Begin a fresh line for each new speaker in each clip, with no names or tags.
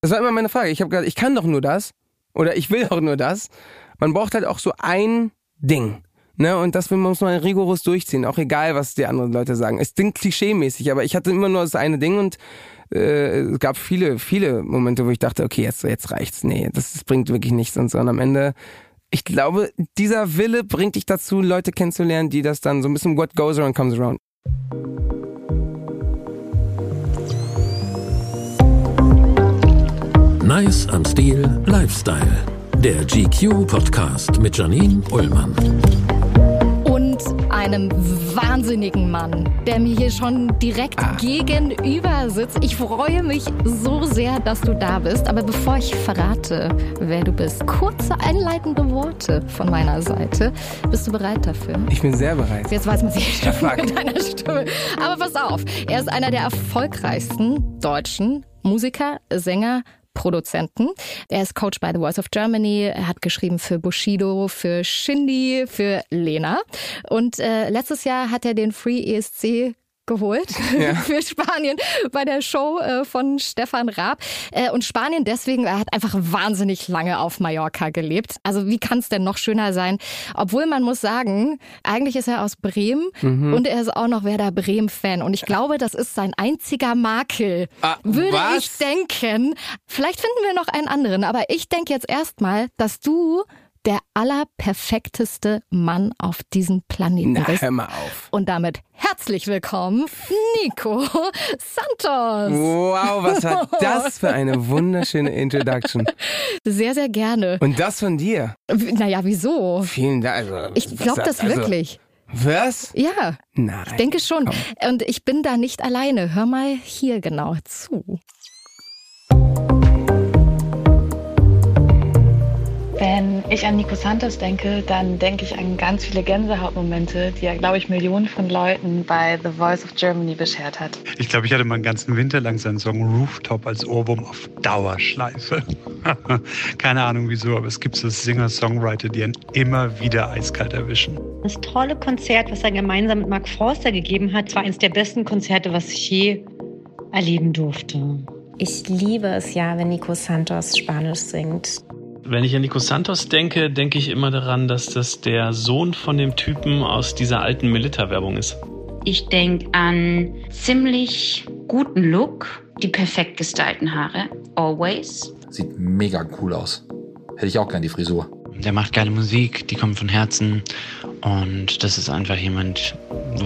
Das war immer meine Frage. Ich habe gesagt, ich kann doch nur das oder ich will auch nur das. Man braucht halt auch so ein Ding. Ne, und das will man muss man rigoros durchziehen, auch egal, was die anderen Leute sagen. Es klingt klischee-mäßig, aber ich hatte immer nur das eine Ding und äh, es gab viele, viele Momente, wo ich dachte, okay, jetzt, jetzt reicht's. Nee, das, das bringt wirklich nichts und so. Und am Ende, ich glaube, dieser Wille bringt dich dazu, Leute kennenzulernen, die das dann so ein bisschen what goes around comes around.
Nice am Stil Lifestyle. Der GQ Podcast mit Janine Ullmann.
Und einem wahnsinnigen Mann, der mir hier schon direkt gegenüber sitzt. Ich freue mich so sehr, dass du da bist. Aber bevor ich verrate, wer du bist, kurze einleitende Worte von meiner Seite. Bist du bereit dafür?
Ich bin sehr bereit.
Jetzt weiß man sich
Ja,
schon
fuck.
mit deiner Stimme. Aber pass auf, er ist einer der erfolgreichsten deutschen Musiker, Sänger, Produzenten. Er ist Coach bei The Voice of Germany. Er hat geschrieben für Bushido, für Shindy, für Lena. Und äh, letztes Jahr hat er den Free ESC geholt für Spanien bei der Show äh, von Stefan Raab. Äh, und Spanien deswegen, er hat einfach wahnsinnig lange auf Mallorca gelebt. Also wie kann es denn noch schöner sein? Obwohl man muss sagen, eigentlich ist er aus Bremen
Mhm.
und er ist auch noch Werder Bremen-Fan. Und ich glaube, das ist sein einziger Makel.
Ah,
Würde ich
was?
denken. Vielleicht finden wir noch einen anderen, aber ich denke jetzt erstmal, dass du der allerperfekteste Mann auf diesem Planeten
Na,
bist.
hör mal auf.
Und damit herzlich willkommen, Nico
Oh.
Santos.
Wow, was war das für eine wunderschöne Introduction.
Sehr, sehr gerne.
Und das von dir.
W- Naja, wieso?
Vielen Dank. Also,
Ich glaube das
also-
wirklich.
Was?
Ja,
Nein.
ich denke schon. Und ich bin da nicht alleine. Hör mal hier genau zu.
Wenn ich an Nico Santos denke, dann denke ich an ganz viele Gänsehautmomente, die er, glaube ich, Millionen von Leuten bei The Voice of Germany beschert hat.
Ich glaube, ich hatte meinen ganzen Winter lang seinen Song Rooftop als Ohrwurm auf Dauerschleife. Keine Ahnung wieso, aber es gibt so Singer-Songwriter, die einen immer wieder eiskalt erwischen.
Das tolle Konzert, was er gemeinsam mit Mark Forster gegeben hat, war eines der besten Konzerte, was ich je erleben durfte.
Ich liebe es ja, wenn Nico Santos Spanisch singt.
Wenn ich an Nico Santos denke, denke ich immer daran, dass das der Sohn von dem Typen aus dieser alten Melitta-Werbung ist.
Ich denke an ziemlich guten Look, die perfekt gestylten Haare, always.
Sieht mega cool aus. Hätte ich auch gern die Frisur.
Der macht geile Musik, die kommt von Herzen und das ist einfach jemand,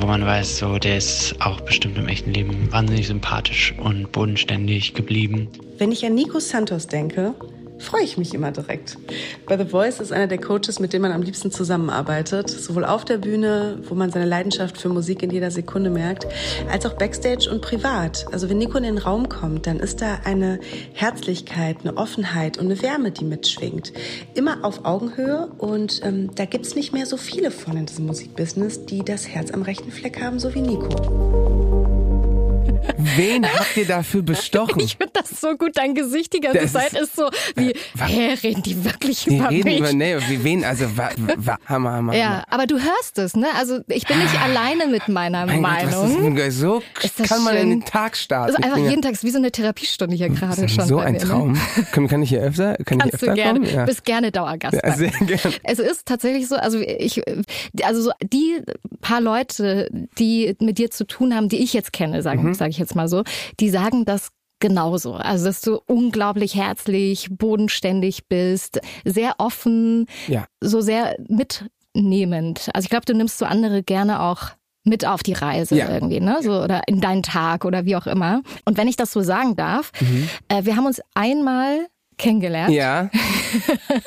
wo man weiß, so der ist auch bestimmt im echten Leben wahnsinnig sympathisch und bodenständig geblieben.
Wenn ich an Nico Santos denke, freue ich mich immer direkt. Bei The Voice ist einer der Coaches, mit dem man am liebsten zusammenarbeitet. Sowohl auf der Bühne, wo man seine Leidenschaft für Musik in jeder Sekunde merkt, als auch backstage und privat. Also wenn Nico in den Raum kommt, dann ist da eine Herzlichkeit, eine Offenheit und eine Wärme, die mitschwingt. Immer auf Augenhöhe und ähm, da gibt's nicht mehr so viele von in diesem Musikbusiness, die das Herz am rechten Fleck haben, so wie Nico.
Wen habt ihr dafür bestochen?
Ich finde das so gut. Dein Gesicht die ganze
Das ist- Äh,
Zeit ist so wie,
wa-
hä, reden die wirklich
Die
über
reden
mich?
über, nee, wie wen, also, wa, wa, Hammer, Hammer,
ja, aber du hörst es, ne? Also ich bin nicht alleine mit meiner
Hammer. Ah. Mein Gott, was ist
Meinung.
denn, ge- so
Ist das
kann man in
schön?
den Tag starten.
Also
Ich
einfach
bin ja-
jeden Tag ist wie so eine Therapiestunde hier gerade
Das ist
schon.
so
bei
ein
mir, ne?
Traum. Kann, kann ich hier öfter? Kann ich
Kannst
öfter
du gerne.
kommen? Ja.
Bist gerne Dauergast.
ja,
bei
sehr
mir.
gerne.
Es ist tatsächlich so, also ich, also so die paar Leute, die mit dir zu tun haben, die ich jetzt kenne, sage
Mhm.
sag ich jetzt mal so, die sagen das genauso. Also dass du unglaublich herzlich, bodenständig bist, sehr offen,
Ja.
so sehr mitnehmend. Also ich glaube, du nimmst so andere gerne auch mit auf die Reise
Ja.
irgendwie, ne? So oder in deinen Tag oder wie auch immer. Und wenn ich das so sagen darf, äh, wir haben uns einmal kennengelernt.
Mhm. Ja,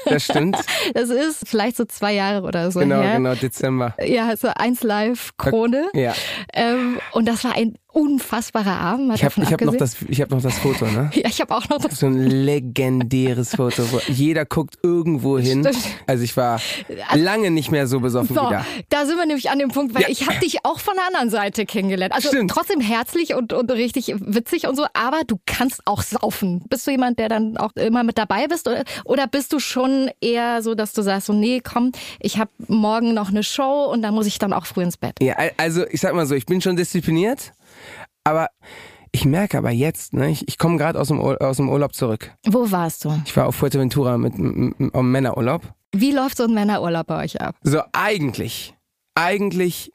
das stimmt.
Das ist vielleicht so zwei Jahre oder so
Genau,
her.
genau, Dezember.
Ja, so 1 Live Krone.
Ja.
Ähm, und das war ein unfassbarer Abend. mal
Ich habe
davon
ich hab noch,
abgesehen.
das- ich hab noch das Foto, ne?
Ja, ich habe auch noch das.
So ein legendäres Foto. Wo jeder guckt irgendwo hin.
Stimmt.
Also ich war lange nicht mehr so besoffen
So,
wieder.
da sind wir nämlich an dem Punkt, weil
Ja.
ich habe dich auch von der anderen Seite kennengelernt. Also
Stimmt.
trotzdem herzlich und, und richtig witzig und so, aber du kannst auch saufen. Bist du jemand, der dann auch immer mit dabei bist oder, oder bist du schon eher so, dass du sagst, so nee, komm, ich habe morgen noch eine Show und dann muss ich dann auch früh ins Bett.
Ja, al- also ich sag mal so, ich bin schon diszipliniert, aber Ich merke aber jetzt, ne, ich, ich komme gerade aus, dem Ur- aus dem Urlaub zurück.
Wo warst du?
Ich war auf Fuerteventura mit m- m- am Männerurlaub.
Wie läuft so ein Männerurlaub bei euch ab?
So, eigentlich, eigentlich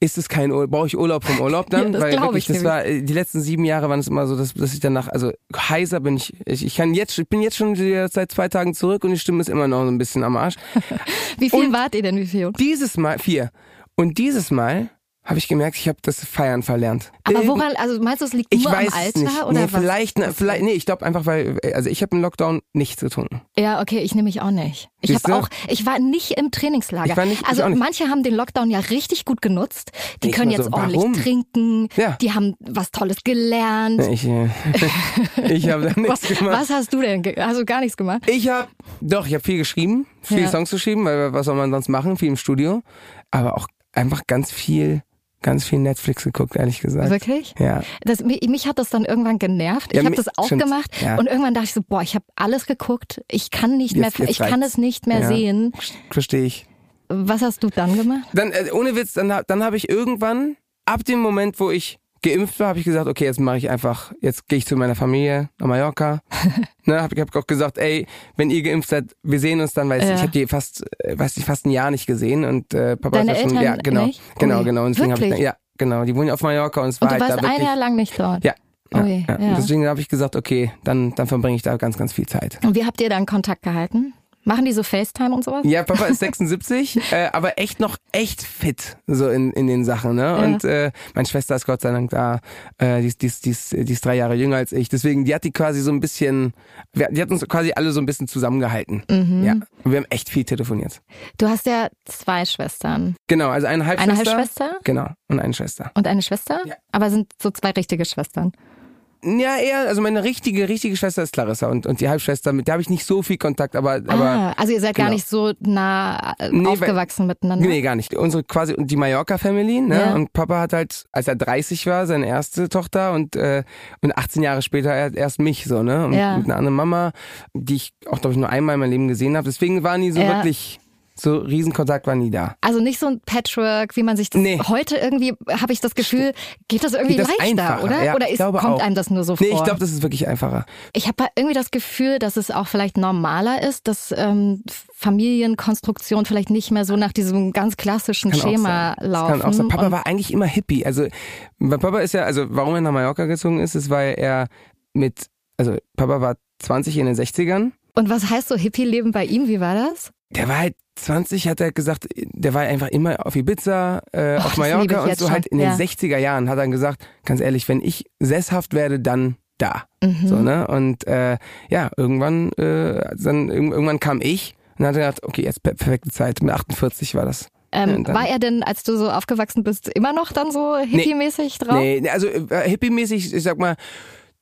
ist es kein Urlaub. Brauche ich Urlaub vom Urlaub dann?
Ja, das
Weil
glaub
wirklich, das
ich nämlich.
war, äh, die letzten sieben Jahre waren es immer so, dass, dass ich danach, also heiser bin ich, ich, ich kann jetzt, ich bin jetzt schon wieder seit zwei Tagen zurück und die Stimme ist immer noch so ein bisschen am Arsch.
Wie viel
Und-
wart ihr denn? Wie viel?
Dieses Mal, vier. Und dieses Mal habe ich gemerkt, ich habe das Feiern verlernt.
Aber
Irgend-
woran, also meinst du, es liegt
ich
nur
weiß
am Alter
nicht.
oder
nee,
was?
vielleicht, ne, vielleicht, nee, ich glaube einfach, weil, also ich habe im Lockdown nichts getrunken.
Ja, okay, ich nehme mich auch nicht. Ich
Siehst
habe
du?
auch, ich war nicht im Trainingslager.
Ich war nicht- ich
also
auch nicht.
manche haben den Lockdown ja richtig gut genutzt. Die
Ich
können
war so,
jetzt ordentlich
warum?
trinken.
Ja.
Die haben was Tolles gelernt.
Ich, äh, ich habe da nichts
was,
gemacht.
was hast du denn? ge- Hast du gar nichts gemacht?
Ich habe, doch, ich habe viel geschrieben, viele
Ja.
Songs geschrieben, weil was soll man sonst machen? Viel im Studio, aber auch einfach ganz viel, ganz viel Netflix geguckt, ehrlich gesagt.
Wirklich?
Ja.
Das, mich, mich hat das dann irgendwann genervt. Ich
Ja,
habe
mi-
das auch
stimmt.
gemacht
Ja.
und irgendwann dachte ich so, boah, ich habe alles geguckt. Ich kann nicht
Jetzt-
mehr,
jetzt
ich kann
reicht's.
es nicht mehr
Ja.
sehen.
Verstehe ich.
Was hast du dann gemacht?
Dann, äh, ohne Witz, dann, hab- dann habe ich irgendwann, ab dem Moment, wo ich geimpft war, habe ich gesagt, okay, jetzt mache ich einfach, jetzt gehe ich zu meiner Familie nach Mallorca. ne, habe ich hab auch gesagt, ey, wenn ihr geimpft seid, wir sehen uns dann, weil ich-
Ja.
ich habe die fast, äh, weiß nicht, fast ein Jahr nicht gesehen und äh, Papa
Deine
ist ja schon,
Eltern
ja, genau,
nicht?
genau,
Ui.
genau, und deswegen habe ich,
Wirklich?
ja, genau, die wohnen ja auf Mallorca und es war
Und
halt
du
da
warst
wirklich,
ein Jahr lang nicht dort.
Ja. Ja,
Ui,
ja.
ja.
Und deswegen habe ich gesagt, okay, dann, dann verbringe ich da ganz, ganz viel Zeit.
Und wie habt ihr dann Kontakt gehalten? Machen die so FaceTime und sowas?
Ja, Papa ist 76, äh, aber echt noch echt fit so in, in den Sachen. Ne? Und äh, meine Schwester ist Gott sei Dank da. Äh, die, ist, die, ist, die, ist, die ist drei Jahre jünger als ich. Deswegen, die hat die quasi so ein bisschen, wir- die hat uns quasi alle so ein bisschen zusammengehalten.
Mhm.
Ja. Und wir haben echt viel telefoniert.
Du hast ja zwei Schwestern.
Genau, also eine Halbschwester.
Eine Halbschwester
Genau, und eine Schwester.
und eine Schwester,
Ja.
aber sind so zwei richtige Schwestern.
Ja, eher, also meine richtige, richtige Schwester ist Clarissa und, und die Halbschwester, mit der habe ich nicht so viel Kontakt, aber, aber
ah, also ihr seid gar
genau.
nicht so nah äh,
Nee, weil-
aufgewachsen miteinander.
Nee, gar nicht. Unsere quasi die Mallorca-Family, ne?
Ja.
Und Papa hat halt, als er 30 war, seine erste Tochter und, äh, und 18 Jahre später er hat erst mich so, ne? Und
Ja.
mit einer anderen Mama, die ich auch, glaube ich, nur einmal in meinem Leben gesehen habe. Deswegen war nie so
Ja.
wirklich, so Riesenkontakt war nie da.
Also nicht so ein Patchwork, wie man sich das
Nee.
heute irgendwie habe ich das Gefühl, geht das irgendwie
Geht das
leichter,
einfacher?
oder?
Ja,
oder
ich
ist,
glaube
kommt
auch.
einem das nur so
Nee,
vor?
ich glaube, das ist wirklich einfacher.
Ich habe irgendwie das Gefühl, dass es auch vielleicht normaler ist, dass ähm, Familienkonstruktion vielleicht nicht mehr so nach diesem ganz klassischen
Kann
Schema
auch sein. Das
laufen.
Kann auch sein. Papa
Und-
war eigentlich immer Hippie. Also mein Papa ist ja, also warum er nach Mallorca gezogen ist, ist, weil er mit, also Papa war 20 in den 60ern
Und was heißt so Hippie-Leben bei ihm? Wie war das?
Der war halt 20, hat er gesagt, der war einfach immer auf Ibiza, äh,
Och,
auf
das liebe ich
Mallorca und
jetzt
so halt
schon,
in
ja.
den 60er Jahren hat er gesagt, ganz ehrlich, wenn ich sesshaft werde, dann da.
Mhm.
So, ne? Und äh, ja, irgendwann, äh, dann, irg- irgendwann kam ich und hat er gedacht, okay, jetzt per- perfekte Zeit, mit 48 war das.
Ähm,
Und dann-
war er denn, als du so aufgewachsen bist, immer noch dann so hippie-mäßig drauf?
Nee, nee, also äh, hippie-mäßig, ich sag mal,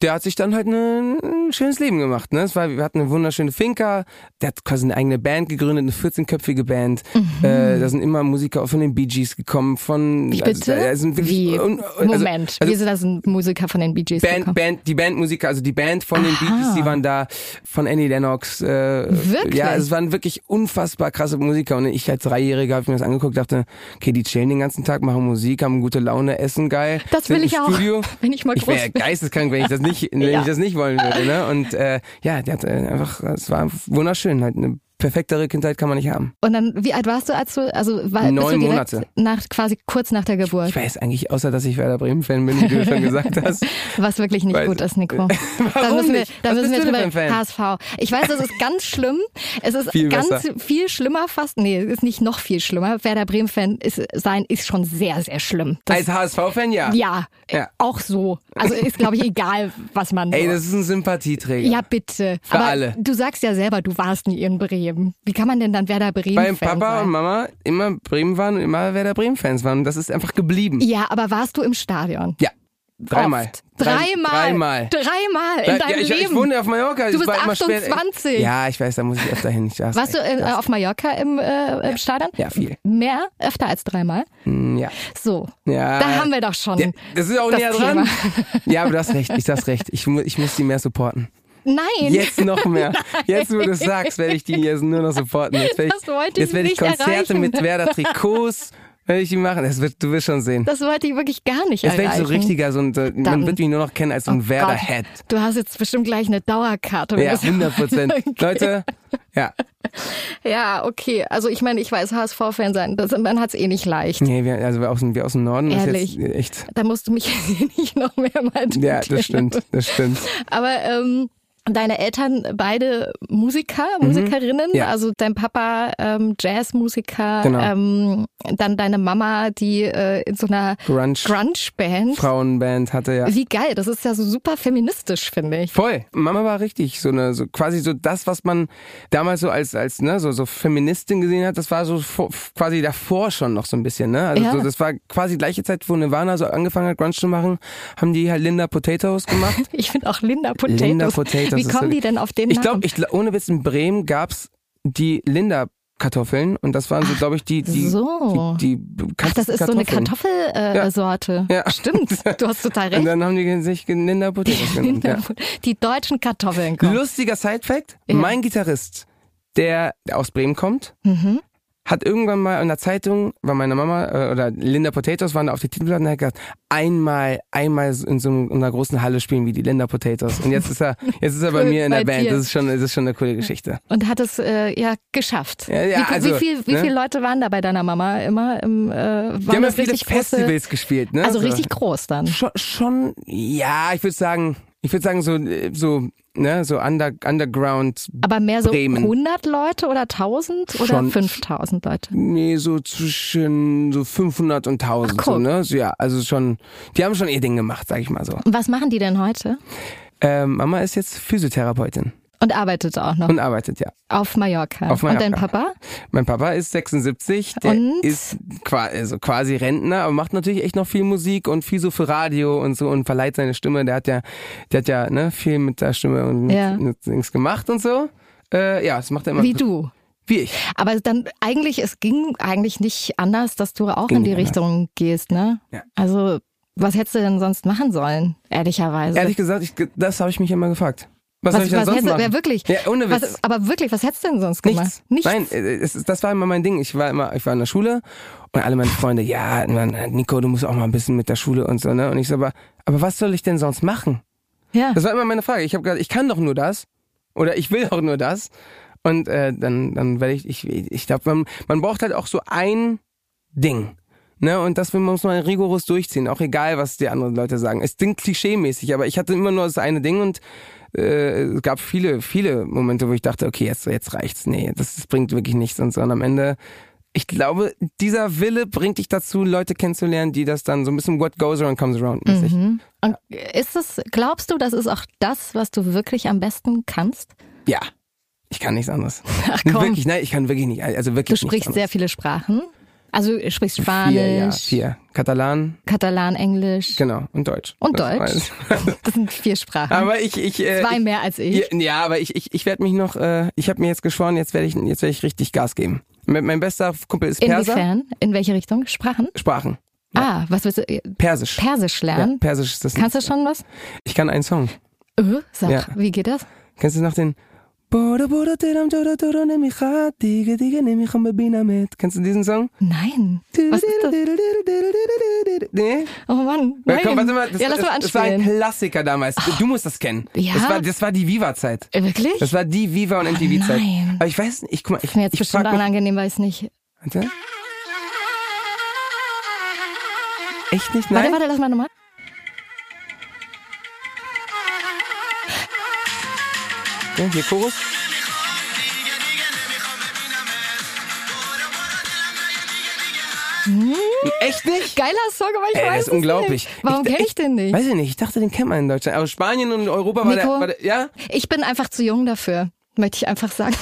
der hat sich dann halt ne, ein schönes Leben gemacht. Ne? Es war, wir hatten eine wunderschöne Finca, der hat quasi eine eigene Band gegründet, eine 14-köpfige Band. Äh, da sind immer Musiker auch von den Bee Gees gekommen, von...
Mhm. Wie bitte?
da Also, sind wirklich-
Wie?
und- also-
Moment,
also-
wie sind das ein Musiker von den Bee Gees
Band,
gekommen?
Band, die Bandmusiker, also die Band von den Bee Gees, die waren da, von Annie Lennox. Äh,
Wirklich?
Ja, es waren wirklich unfassbar krasse Musiker. Und ich als Dreijähriger habe mir das angeguckt, dachte, okay, die chillen den ganzen Tag, machen Musik, haben gute Laune, essen geil.
Das
sind
will
im
ich auch,
Studio.
wenn ich mal
Ich wäre
groß
ja
bin.
geisteskrank, wenn ich das nicht, wenn
Ja.
ich das nicht wollen würde. Ne? Und äh, ja, der hat äh, einfach, es war wunderschön, halt eine perfektere Kindheit kann man nicht haben.
Und dann, wie alt warst du, als du, also war, bist du
Neun
direkt
Monate.
nach, quasi kurz nach der Geburt,
Ich weiß eigentlich, außer dass ich Werder Bremen-Fan bin, wie du schon gesagt hast.
was wirklich nicht
weiß-
gut ist, Nico. Da
Warum
müssen wir,
nicht?
da
Was
müssen
bist
wir
du denn
drüber,
für ein Fan?
HSV. Ich weiß, das ist ganz schlimm. Es ist
Viel
ganz
besser.
viel schlimmer fast, nee, es ist nicht noch viel schlimmer. Werder Bremen-Fan ist, sein ist schon sehr, sehr schlimm. Das,
Als HSV-Fan, Also, ja.
ja,
Ja.
auch so. Also ist, glaube ich, egal, was man
Ey,
so-
das ist ein Sympathieträger.
Ja, bitte.
Für
Aber
alle.
du sagst ja selber, du warst nie in Bremen. Wie kann man denn dann Werder Bremen
weil
Fan
Papa
sein?
und Mama immer Bremen waren und immer Werder Bremen-Fans waren. Und das ist einfach geblieben.
Ja, aber warst du im Stadion?
Ja. Dreimal.
Oft. Dreimal.
Dreimal.
Dreimal in deinem
ja, ich,
Leben.
ich wohne auf Mallorca.
Du
Ich
bist
war immer spät-
28.
Ja, ich weiß, da muss ich öfter hin. Ich weiß,
warst du äh, auf Mallorca im, äh, im Stadion?
Ja, viel.
Mehr, öfter als dreimal.
Ja.
So,
ja.
da haben wir doch schon.
Ja, das ist auch
das
Äh, näher
Thema.
dran. Ja, aber du hast recht. Ich hast recht. Ich, mu- ich muss die mehr supporten.
Nein.
Jetzt noch mehr. Jetzt, wo du es sagst, werde ich die jetzt nur noch supporten. Jetzt werde ich,
Das wollte ich
jetzt werde ich
nicht
Konzerte
erreichen.
mit Werder Trikots. Werde ich ihn machen. Das wird, du wirst schon sehen.
Das wollte ich wirklich gar nicht
Jetzt werde ich
erreichen.
so richtiger, so ein, so, man
Dann-
wird mich nur noch kennen als so ein
Oh
Werder-Head.
Gott, Du hast jetzt bestimmt gleich eine Dauerkarte.
Ja,
oder so.
100 Prozent.
Okay.
Leute, ja.
Ja, okay. Also ich meine, ich weiß HSV-Fan sein, das, man hat es eh nicht leicht.
Nee, wir, also wir aus, dem- wir aus dem Norden
Ehrlich.
ist jetzt echt.
Da musst du mich eh nicht noch mehrmals.
Ja, das stimmt, das stimmt.
Aber ähm, deine Eltern beide Musiker, Musikerinnen,
Mhm. ja.
also dein Papa ähm, Jazzmusiker,
Genau.
ähm, dann deine Mama, die äh, in so einer
Grunge,
Grunge-Band.
Frauenband hatte ja.
Wie geil, das ist ja so super feministisch, finde ich.
Voll. Mama war richtig so eine, so quasi so das, was man damals so als als ne so so Feministin gesehen hat. Das war so vor, quasi davor schon noch so ein bisschen ne. Also
Ja.
so, das war quasi gleiche Zeit, wo Nirvana so angefangen hat, Grunge zu machen, haben die halt Linda Potatoes gemacht.
Ich finde auch Linda Potatoes.
Linda Potatoes.
Wie
ist
kommen
so-
die denn auf den
Ich
Namen?
glaube, ich gl- ohne Witz in Bremen gab's die Linda Kartoffeln und das waren so glaube ich die die
so.
die, die
Ach, das ist so eine
Kartoffeln.
Kartoffelsorte. Äh,
Ja.
Sorte.
Ja.
Stimmt, du hast total
Und
recht.
dann haben die sich Linda Potatoes genannt. ja.
Die deutschen Kartoffeln kommen.
Lustiger Sidefact:
Ja.
Mein Gitarrist, der aus Bremen kommt,
Mhm.
hat irgendwann mal in der Zeitung, weil meine Mama äh, oder Linda Potatoes waren da auf die Titelplatte und hat gesagt, einmal, einmal so in so einem- in einer großen Halle spielen wie die Linda Potatoes. Und jetzt ist er, jetzt ist er bei
Cool,
mir in der
bei
Band.
dir.
Das ist schon, das ist schon eine coole Geschichte.
Und hat es äh, ja geschafft.
Ja, ja,
wie, wie
also,
viel, wie
ne?
viele Leute waren da bei deiner Mama immer? Im, äh, waren
Wir haben ja
das
viele
richtig große-
Festivals gespielt, ne?
Also
So.
richtig groß dann.
Schon, schon ja, ich würde sagen, ich würde sagen so, äh, so, ne, so under, underground,
Aber mehr so
Bremen.
100 Leute oder 1000 oder
Schon.
5000 Leute?
nee, so zwischen so 500 und 1000,
Ach,
so,
guck.
ne? So, ja, also schon, die haben schon ihr Ding gemacht, sag ich mal so.
Und was machen die denn heute?
Ähm, Mama ist jetzt Physiotherapeutin
Und arbeitet auch noch
und arbeitet, ja.
auf, Mallorca.
Auf
Und dein
Mallorca.
Papa?
Mein Papa ist 76, der
Und?
ist qua also quasi Rentner, aber macht natürlich echt noch viel Musik und viel so für Radio und so und verleiht seine Stimme. Der hat ja, der hat ja ne, viel mit der Stimme und mit-
Ja.
mit Dings gemacht und so. Äh, ja, das macht er immer.
Wie du.
Wie ich.
Aber dann eigentlich, es ging eigentlich nicht anders, dass du auch
Ging
in die
nicht anders.
Richtung gehst, ne?
Ja.
Also, was hättest du denn sonst machen sollen, ehrlicherweise?
Ehrlich gesagt, ich, das habe ich mich immer gefragt. Was, soll
Also was,
ich denn
was
sonst
hättest
machen?
Ja, wirklich.
Ja, ohne Witz.
Was, aber wirklich, was hättest du denn sonst
Nichts.
gemacht?
Nein, äh, es, ist- das war immer mein Ding. Ich war immer, ich war in der Schule und alle meine Freunde, ja, Mann, Nico, du musst auch mal ein bisschen mit der Schule und so, ne? Und ich so, aber, aber was soll ich denn sonst machen?
Ja.
Das war immer meine Frage. Ich habe gesagt, ich kann doch nur das oder ich will doch nur das. Und äh, dann, dann werde ich, ich, ich glaube, man, man braucht halt auch so ein Ding. Ne? Und das will- muss man rigoros durchziehen, auch egal, was die anderen Leute sagen. Es klingt klischee-mäßig, aber ich hatte immer nur das eine Ding und äh, es gab viele, viele Momente, wo ich dachte, okay, jetzt, jetzt reicht's. Nee, das, das bringt wirklich nichts und so. Und am Ende, ich glaube, dieser Wille bringt dich dazu, Leute kennenzulernen, die das dann so ein bisschen what goes around comes around mäßig.
Mhm. Und ist das, glaubst du, das ist auch das, was du wirklich am besten kannst?
Ja. Ich kann nichts anderes.
Ach komm.
Wirklich, nein, ich kann wirklich nicht. Also
Du
wirklich
sprichst
nichts
sehr
anderes.
viele Sprachen. Also du sprichst Spanisch,
Vier, ja, vier. Katalan,
Katalan, Englisch
genau, und Deutsch.
und
Das
Deutsch.
war's.
Das sind vier Sprachen.
Aber ich, ich, äh,
Zwei
ich,
mehr als ich.
Ja, ja, aber ich, ich, ich werde mich noch, äh, ich habe mir jetzt geschworen, jetzt werde ich, jetzt werde ich richtig Gas geben. Mein mein bester Kumpel ist Perser.
Inwiefern? In welche Richtung? Sprachen?
Sprachen.
Ah, was willst du?
Persisch.
Persisch
ja,
lernen?
Persisch ist das.
Kannst du
nächste.
schon was?
Ich kann einen Song.
Äh, sag,
Ja.
wie geht das?
Kennst du noch den? Boro, boro, tiram, doro, doro, nehme ich hat, dige, dige, nehme ich am Babina mit. Kennst du diesen Song?
Nein. Was ist das?
Nee?
Oh Mann.
Ja,
Nein.
komm, warte mal. Das,
ja, lass
das,
mal
das war ein
anspielen.
Klassiker damals. Du musst das kennen.
Ja?
Das war, das war die Viva-Zeit.
Äh, Wirklich?
Das
Das
war die Viva- und MTV-Zeit.
nein.
Aber ich weiß nicht, ich guck mal, ich,
ist mir jetzt
ich
bestimmt
frag mich,
unangenehm, weil ich es nicht.
Warte. Echt nicht?
Warte,
Nein?
warte, lass mal nochmal.
Ja, hier, Chorus. Echt nicht?
Geiler Song, aber Hm? ich
Ey,
weiß
das ist
es
unglaublich.
Nicht. Warum
Ich-
kenne ich den nicht?
Weiß ich nicht, ich dachte, den kennt man in Deutschland. Aber Spanien und Europa war der,
Nico?
war der. Ja?
Ich bin einfach zu jung dafür. Möchte ich einfach sagen.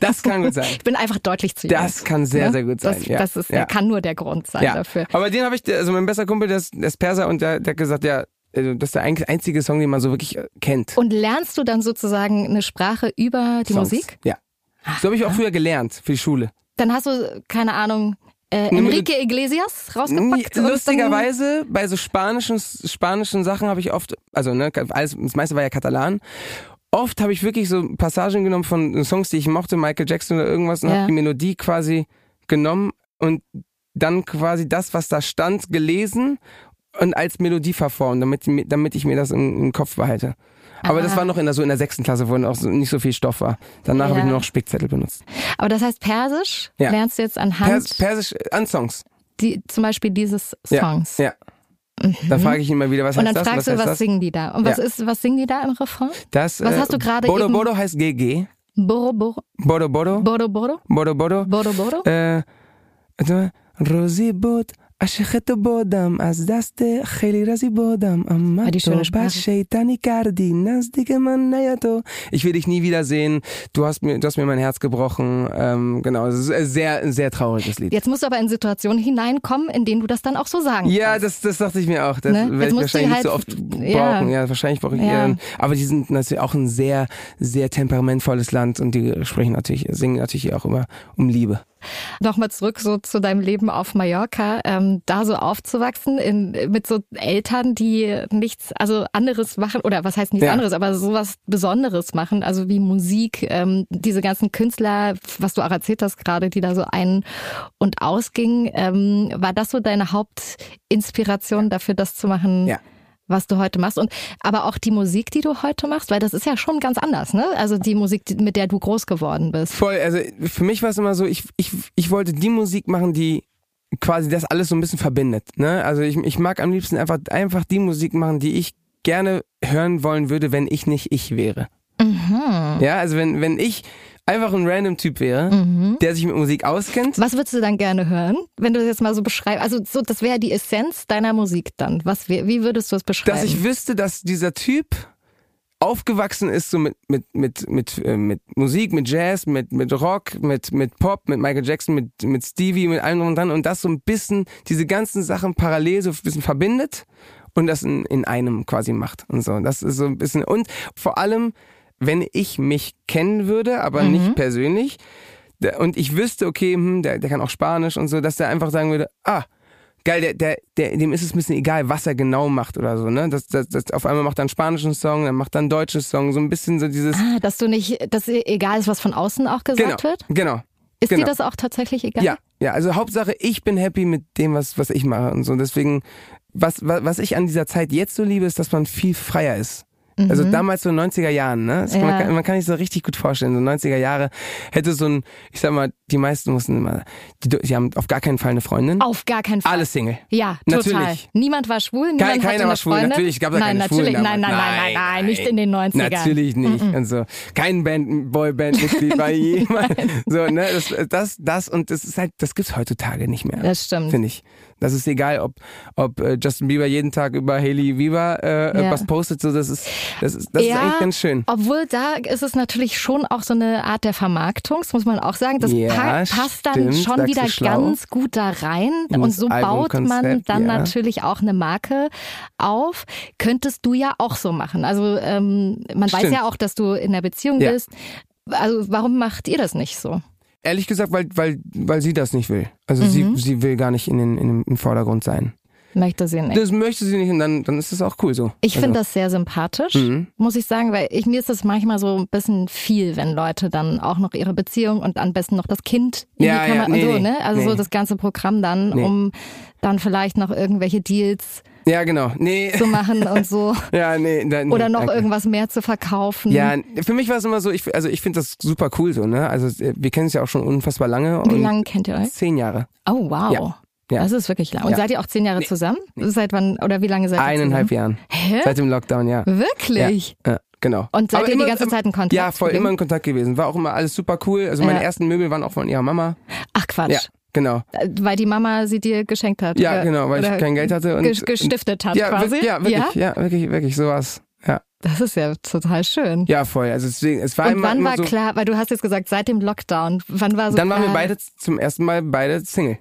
Das kann gut sein.
Ich bin einfach deutlich zu jung.
Das kann sehr,
Ne?
sehr gut sein,
Das,
ja.
das ist,
Ja.
kann nur der Grund sein dafür.
Aber den habe ich, also mein bester Kumpel, der ist, der ist Perser und der, der hat gesagt, ja, also das ist der ein- einzige Song, den man so wirklich äh, kennt.
Und lernst du dann sozusagen eine Sprache über die
Songs.
Musik? Ah.
Ja. So habe ich auch früher gelernt für die Schule.
Dann hast du, keine Ahnung, äh,
Nee,
Enrique Iglesias rausgepackt. und dann-
Lustigerweise, bei so spanischen, spanischen Sachen habe ich oft, also ne, alles, das meiste war ja Katalan, oft habe ich wirklich so Passagen genommen von Songs, die ich mochte, Michael Jackson oder irgendwas, und
Ja.
habe die Melodie quasi genommen und dann quasi das, was da stand, gelesen und als Melodie verformt, damit, damit ich mir das im, im Kopf behalte. Aber das war noch in der, so in der sechsten Klasse, wo auch so, nicht so viel Stoff war. Danach habe ich
Ja.
nur noch Spickzettel benutzt.
Aber das heißt, Persisch
Ja.
lernst du jetzt anhand
Pers Persisch äh, an Songs.
die, zum Beispiel dieses
Ja,
Songs. Mhm.
Ja. Da frage ich ihn immer wieder, was
Und dann
heißt das?
fragst du,
was
was
heißt
singen die da? Und was
Ja.
ist, was singen die da im Refrain?
das? das
was
äh,
hast du gerade
Bodo
eben-
Bodo heißt GG.
Boro, boro,
Bodo Bodo.
boro, boro,
Bodo Bodo. Äh,
boro, boro.
אה, אתה יודע, רוזי בוט, אשכת בודם, אז דסת חילי רזי בודם, אמרתו,
Ah, schöne Sprache.
בשייטני קרדי, נזדיק מנייתו. Ich will dich nie wiedersehen, du hast mir, du hast mir mein Herz gebrochen. Ähm, genau, es ist ein sehr, ein sehr trauriges Lied.
Jetzt musst du aber in Situationen hineinkommen, in denen du das dann auch so sagen
Ja,
kannst.
das, das dachte ich mir auch. Das
Oh, Ne?
werde
Jetzt
ich
musst du
wahrscheinlich
halt-
nicht so oft
ja.
brauchen. Ja, wahrscheinlich brauche ich
Ja.
eher. Aber die sind natürlich auch ein sehr, sehr temperamentvolles Land und die sprechen natürlich, singen natürlich auch immer um Liebe.
Nochmal zurück so zu deinem Leben auf Mallorca, ähm, da so aufzuwachsen in, mit so Eltern, die nichts also anderes machen oder was heißt nichts
Ja.
anderes, aber sowas Besonderes machen, also wie Musik, ähm, diese ganzen Künstler, was du auch erzählt hast gerade, die da so ein und ausgingen, ähm, war das so deine Hauptinspiration dafür, das zu machen?
Ja.
was du heute machst und aber auch die Musik, die du heute machst, weil das ist ja schon ganz anders, ne? Also die Musik, die- mit der du groß geworden bist.
Voll, also für mich war es immer so, ich, ich, ich wollte die Musik machen, die quasi das alles so ein bisschen verbindet. Ne? Also ich, ich mag am liebsten einfach, einfach die Musik machen, die ich gerne hören wollen würde, wenn ich nicht ich wäre.
Mhm.
Ja, also wenn, wenn ich einfach ein random Typ wäre,
Mhm.
der sich mit Musik auskennt.
Was würdest du dann gerne hören, wenn du das jetzt mal so beschreibst? Also so, das wäre die Essenz deiner Musik dann. Was, wär- wie würdest du es beschreiben?
dass ich wüsste, dass dieser Typ aufgewachsen ist so mit mit mit mit äh, mit Musik, mit Jazz, mit mit Rock, mit mit Pop, mit Michael Jackson, mit mit Stevie, mit allem drum und dran und das so ein bisschen diese ganzen Sachen parallel so ein bisschen verbindet und das in, in einem quasi macht und so. Das ist so ein bisschen und vor allem, wenn ich mich kennen würde, aber nicht persönlich der- und ich wüsste, okay, hm, der, der kann auch Spanisch und so, dass der einfach sagen würde, ah Geil, der, der, der, dem ist es ein bisschen egal, was er genau macht oder so, ne? Das, das, das, auf einmal macht er einen spanischen Song, dann macht er einen deutschen Song, so ein bisschen so dieses.
ah, dass du nicht, dass dir egal ist, was von außen auch gesagt
genau,
wird.
genau.
Ist
genau.
dir das auch tatsächlich egal?
Ja, ja. Also Hauptsache, ich bin happy mit dem, was, was ich mache und so. Deswegen, was, was, was ich an dieser Zeit jetzt so liebe, ist, dass man viel freier ist. Also damals so in 90er Jahren, ne? Das kann
Mhm. Ja.
man, kann- man kann sich so richtig gut vorstellen. So 90er Jahre hätte so ein, ich sag mal, die meisten mussten immer, die, die haben auf gar keinen Fall eine Freundin.
Auf gar keinen Fall.
Alle Single.
Ja,
Natürlich.
total. Niemand war schwul, niemand
Kein-
hatte
keiner
eine
war schwul,
Freundin.
natürlich gab es
nein,
keine
natürlich,
Schwulen
nein, nein, nein,
damals.
nein, nein,
Nein,
nicht in den Mhm. 90ern.
Natürlich nicht. Und so. Kein Band, Boyband-Mitglied war jemand. So, ne? Das, das, das und das ist halt, das gibt's heutzutage nicht mehr.
Das stimmt.
Finde ich. Das ist egal, ob, ob äh, Justin Bieber jeden Tag über Haley Bieber äh,
Ja.
was postet. So, das ist, das ist, das ist eigentlich ganz schön.
Obwohl da ist es natürlich schon auch so eine Art der Vermarktung, das muss man auch sagen. Das
Ja,
pa passt dann
stimmt,
schon
sagst
wieder
du schlau.
ganz gut da rein.
In
Und
das
so baut man
Albumkonzept,
dann
ja.
natürlich auch eine Marke auf. Könntest du ja auch so machen. Also ähm, man weiß
Stimmt.
ja auch, dass du in einer Beziehung
Ja.
bist. Also warum macht ihr das nicht so?
Ehrlich gesagt, weil, weil, weil sie das nicht will. Also
Mhm.
sie, sie will gar nicht in den, in den im Vordergrund sein.
Möchte sie nicht.
Das möchte sie nicht und dann, dann ist das auch cool so.
Ich
also,
finde das sehr sympathisch,
Mhm.
muss ich sagen, weil ich, mir ist das manchmal so ein bisschen viel, wenn Leute dann auch noch ihre Beziehung und am besten noch das Kind in
Ja,
die
ja,
Kamera
nee,
und so,
nee,
ne? Also so
nee.
das ganze Programm dann,
Nee.
um dann vielleicht noch irgendwelche Deals
Ja, genau. Nee.
zu machen und so.
Ja, nee, da- nee
Oder noch
danke.
irgendwas mehr zu verkaufen.
Ja, für mich war es immer so, ich, also ich finde das super cool so, ne? Also äh, wir kennen es ja auch schon unfassbar lange.
Wie
und
lange kennt ihr euch?
Zehn Jahre.
Oh, wow.
Ja. Ja.
Das ist wirklich lang. Und
Ja.
seid ihr auch zehn Jahre zusammen? Seit wann oder wie lange seid ihr
Eineinhalb Jahren.
zusammen? Hä?
Seit dem Lockdown, ja.
Wirklich?
Ja, ja, genau.
Und seid ihr die ganze Zeit in Kontakt
Ja, voll
geblieben?
immer in Kontakt gewesen. War auch immer alles super cool. Also meine
Ja.
ersten Möbel waren auch von ihrer Mama.
Ach Quatsch.
Ja, genau.
Äh, Weil die Mama sie dir geschenkt hat.
Ja,
oder-
genau, weil
oder
ich kein Geld hatte. Und,
ges- gestiftet hat
ja, wir-
quasi.
Ja, wirklich, ja, wirklich, wirklich, sowas. Ja,
Das ist ja total schön.
ja, voll. Also deswegen, es war
Und
immer,
wann
immer
war
so,
klar, weil du hast jetzt gesagt, seit dem Lockdown, wann war so
Dann waren wir
klar,
beide zum ersten Mal beide Single.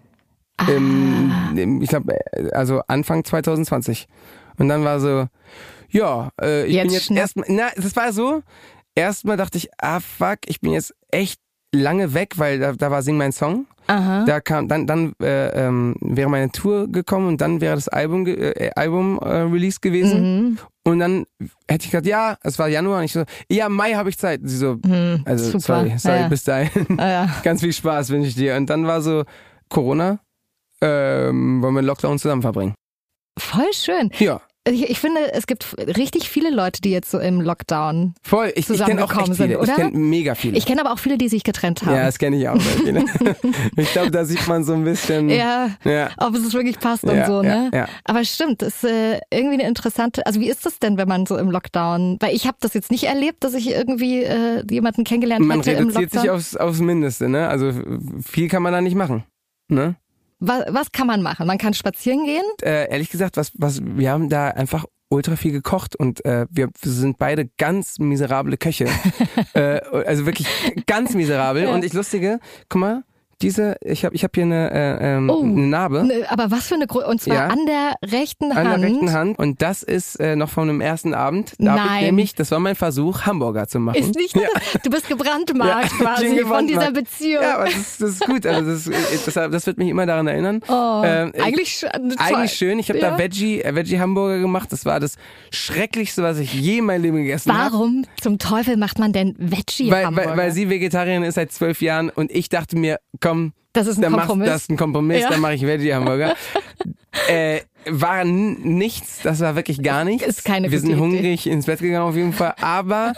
Ähm, ich glaube, also Anfang 2020. Und dann war so, ja, äh, ich
Jetzt
bin jetzt
schnapp-
erstmal, na, das war so, erstmal dachte ich, ah fuck, ich bin jetzt echt lange weg, weil da, da war Sing mein Song.
Aha.
Da kam, dann, dann äh, ähm, wäre meine Tour gekommen und dann wäre das Album, ge- äh, Album äh, Release
Mhm.
gewesen. Und dann hätte ich gesagt, ja, es war Januar und ich so, ja, Mai habe ich Zeit. Sie so, also
Hm, super.
sorry, sorry,
Ja.
bis dahin.
Ah ja.
Ganz viel Spaß wünsche ich dir. Und dann war so Corona. ähm, wollen wir einen Lockdown zusammen verbringen.
Voll schön.
Ja,
Ich, ich finde, es gibt richtig viele Leute, die jetzt so im Lockdown.
voll. Ich, ich kenne auch echt
Zusammengekommen sind,
viele.
oder?
Ich kenne mega viele.
Ich kenne aber auch viele, die sich getrennt haben.
ja, das kenne ich auch. sehr viele. ich glaube, da sieht man so ein bisschen.
Ja,
Ja.
ob es wirklich passt
Ja,
und so,
ja,
ne?
ja.
Aber stimmt, das ist äh, irgendwie eine interessante. Also wie ist das denn, wenn man so im Lockdown? Weil ich habe das jetzt nicht erlebt, dass ich irgendwie äh, jemanden kennengelernt
Man
hätte im
reduziert
Lockdown.
sich aufs, aufs Mindeste, ne? Also viel kann man da nicht machen. Ne?
was, was kann man machen? Man kann spazieren gehen.
äh, ehrlich gesagt, was, was, wir haben da einfach ultra viel gekocht und äh, wir sind beide ganz miserable Köche. äh, also wirklich ganz miserabel. Und ich lustige, guck mal, diese, ich habe ich hab hier eine, äh, ähm,
Oh.
eine Narbe
Ne, Aber was für eine Größe? Und zwar
Ja.
an der rechten
an
Hand.
der rechten Hand und das ist äh, noch von dem ersten Abend. Da hab
Nein.
ich nämlich, das war mein Versuch, Hamburger zu machen.
Ist nicht Du bist gebrandmarkt
ich bin
quasi von
gewandt,
dieser
Mann.
Beziehung.
Ja, aber das ist, das ist gut. Also das, ist- das, das wird mich immer daran erinnern.
Oh,
Ähm, ich-
eigentlich sch- eine Zahl.
Eigentlich schön. Ich habe
Ja.
da Veggie, äh, Veggie Hamburger gemacht. Das war das Schrecklichste, was ich je in meinem Leben gegessen habe.
Warum zum Teufel macht man denn Veggie
Weil,
Hamburger?
weil, weil sie Vegetarierin ist seit zwölf Jahren und ich dachte mir, komm,
Das ist ein
dann
Kompromiss.
Machst, das ist ein Kompromiss,
Ja.
dann mache ich Veggie Hamburger. äh, war n- nichts, das war wirklich gar nichts.
Ist keine
Wir
gute
sind
Idee.
hungrig ins Bett gegangen auf jeden Fall. Aber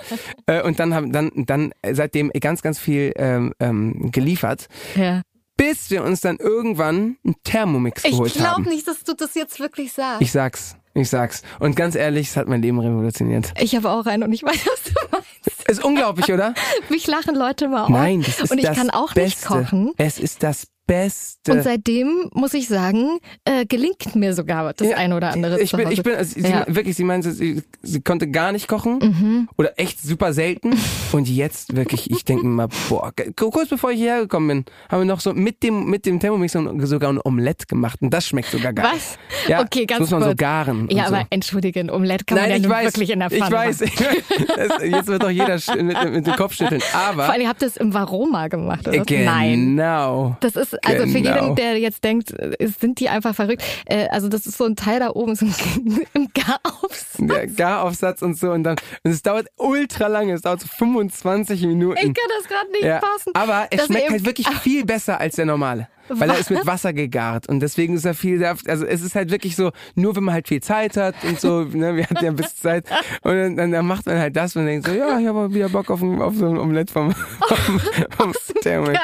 äh, und dann haben dann dann seitdem ganz ganz viel ähm, ähm, geliefert,
ja.
bis wir uns dann irgendwann einen Thermomix
Ich
geholt haben.
glaube nicht, dass du das jetzt wirklich sagst.
Ich sag's, ich sag's. Und ganz ehrlich, es hat mein Leben revolutioniert.
Ich habe auch einen und ich weiß, was du meinst.
Ist unglaublich, oder?
Mich lachen Leute mal auf.
Nein, das ist
und ich
das
kann auch
Beste.
nicht kochen.
Es ist das Beste.
Und seitdem muss ich sagen, äh, gelingt mir sogar das
Ja,
ein oder andere
ich
zu
bin,
Hause.
ich bin, also, sie,
Ja. Mhm.
wirklich, sie meinte, sie, sie konnte gar nicht kochen oder echt super selten. Und jetzt wirklich, ich denke mir mal, boah, ge- kurz bevor ich hierher gekommen bin, haben wir noch so mit dem, mit dem Thermomix so- sogar ein Omelett gemacht. Und das schmeckt sogar geil.
Was?
Ja,
okay,
das
ganz
muss man so
kurz.
garen. und
Ja,
so.
aber entschuldige, ein Omelette kann man ja
Nein, ich
nun
weiß,
wirklich in der
ich
Pfanne
weiß.
machen.
Das, jetzt wird doch jeder sch- mit, mit dem Kopf schütteln. Aber äh,
Vor allem, ihr habt das im Varoma gemacht, oder? Nein.
Genau.
Das ist, also für
Genau.
jeden, der jetzt denkt, äh, sind die einfach verrückt. Äh, also das ist so ein Teil da oben, so ein, im Chaos.
Der Garaufsatz und so und dann und es dauert ultra lange, es dauert so 25 Minuten.
Ich kann das gerade nicht fassen.
Aber es
dass
schmeckt
eben-
halt wirklich viel besser als der normale. Weil er ist mit Wasser gegart und deswegen ist er viel, saft- also es ist halt wirklich so, nur wenn man halt viel Zeit hat und so, ne, wir hatten ja ein bisschen Zeit und dann, dann, dann macht man halt das und denkt so, ja, ich habe wieder Bock auf, ein- auf so ein Omelett vom, vom, vom Thermomix.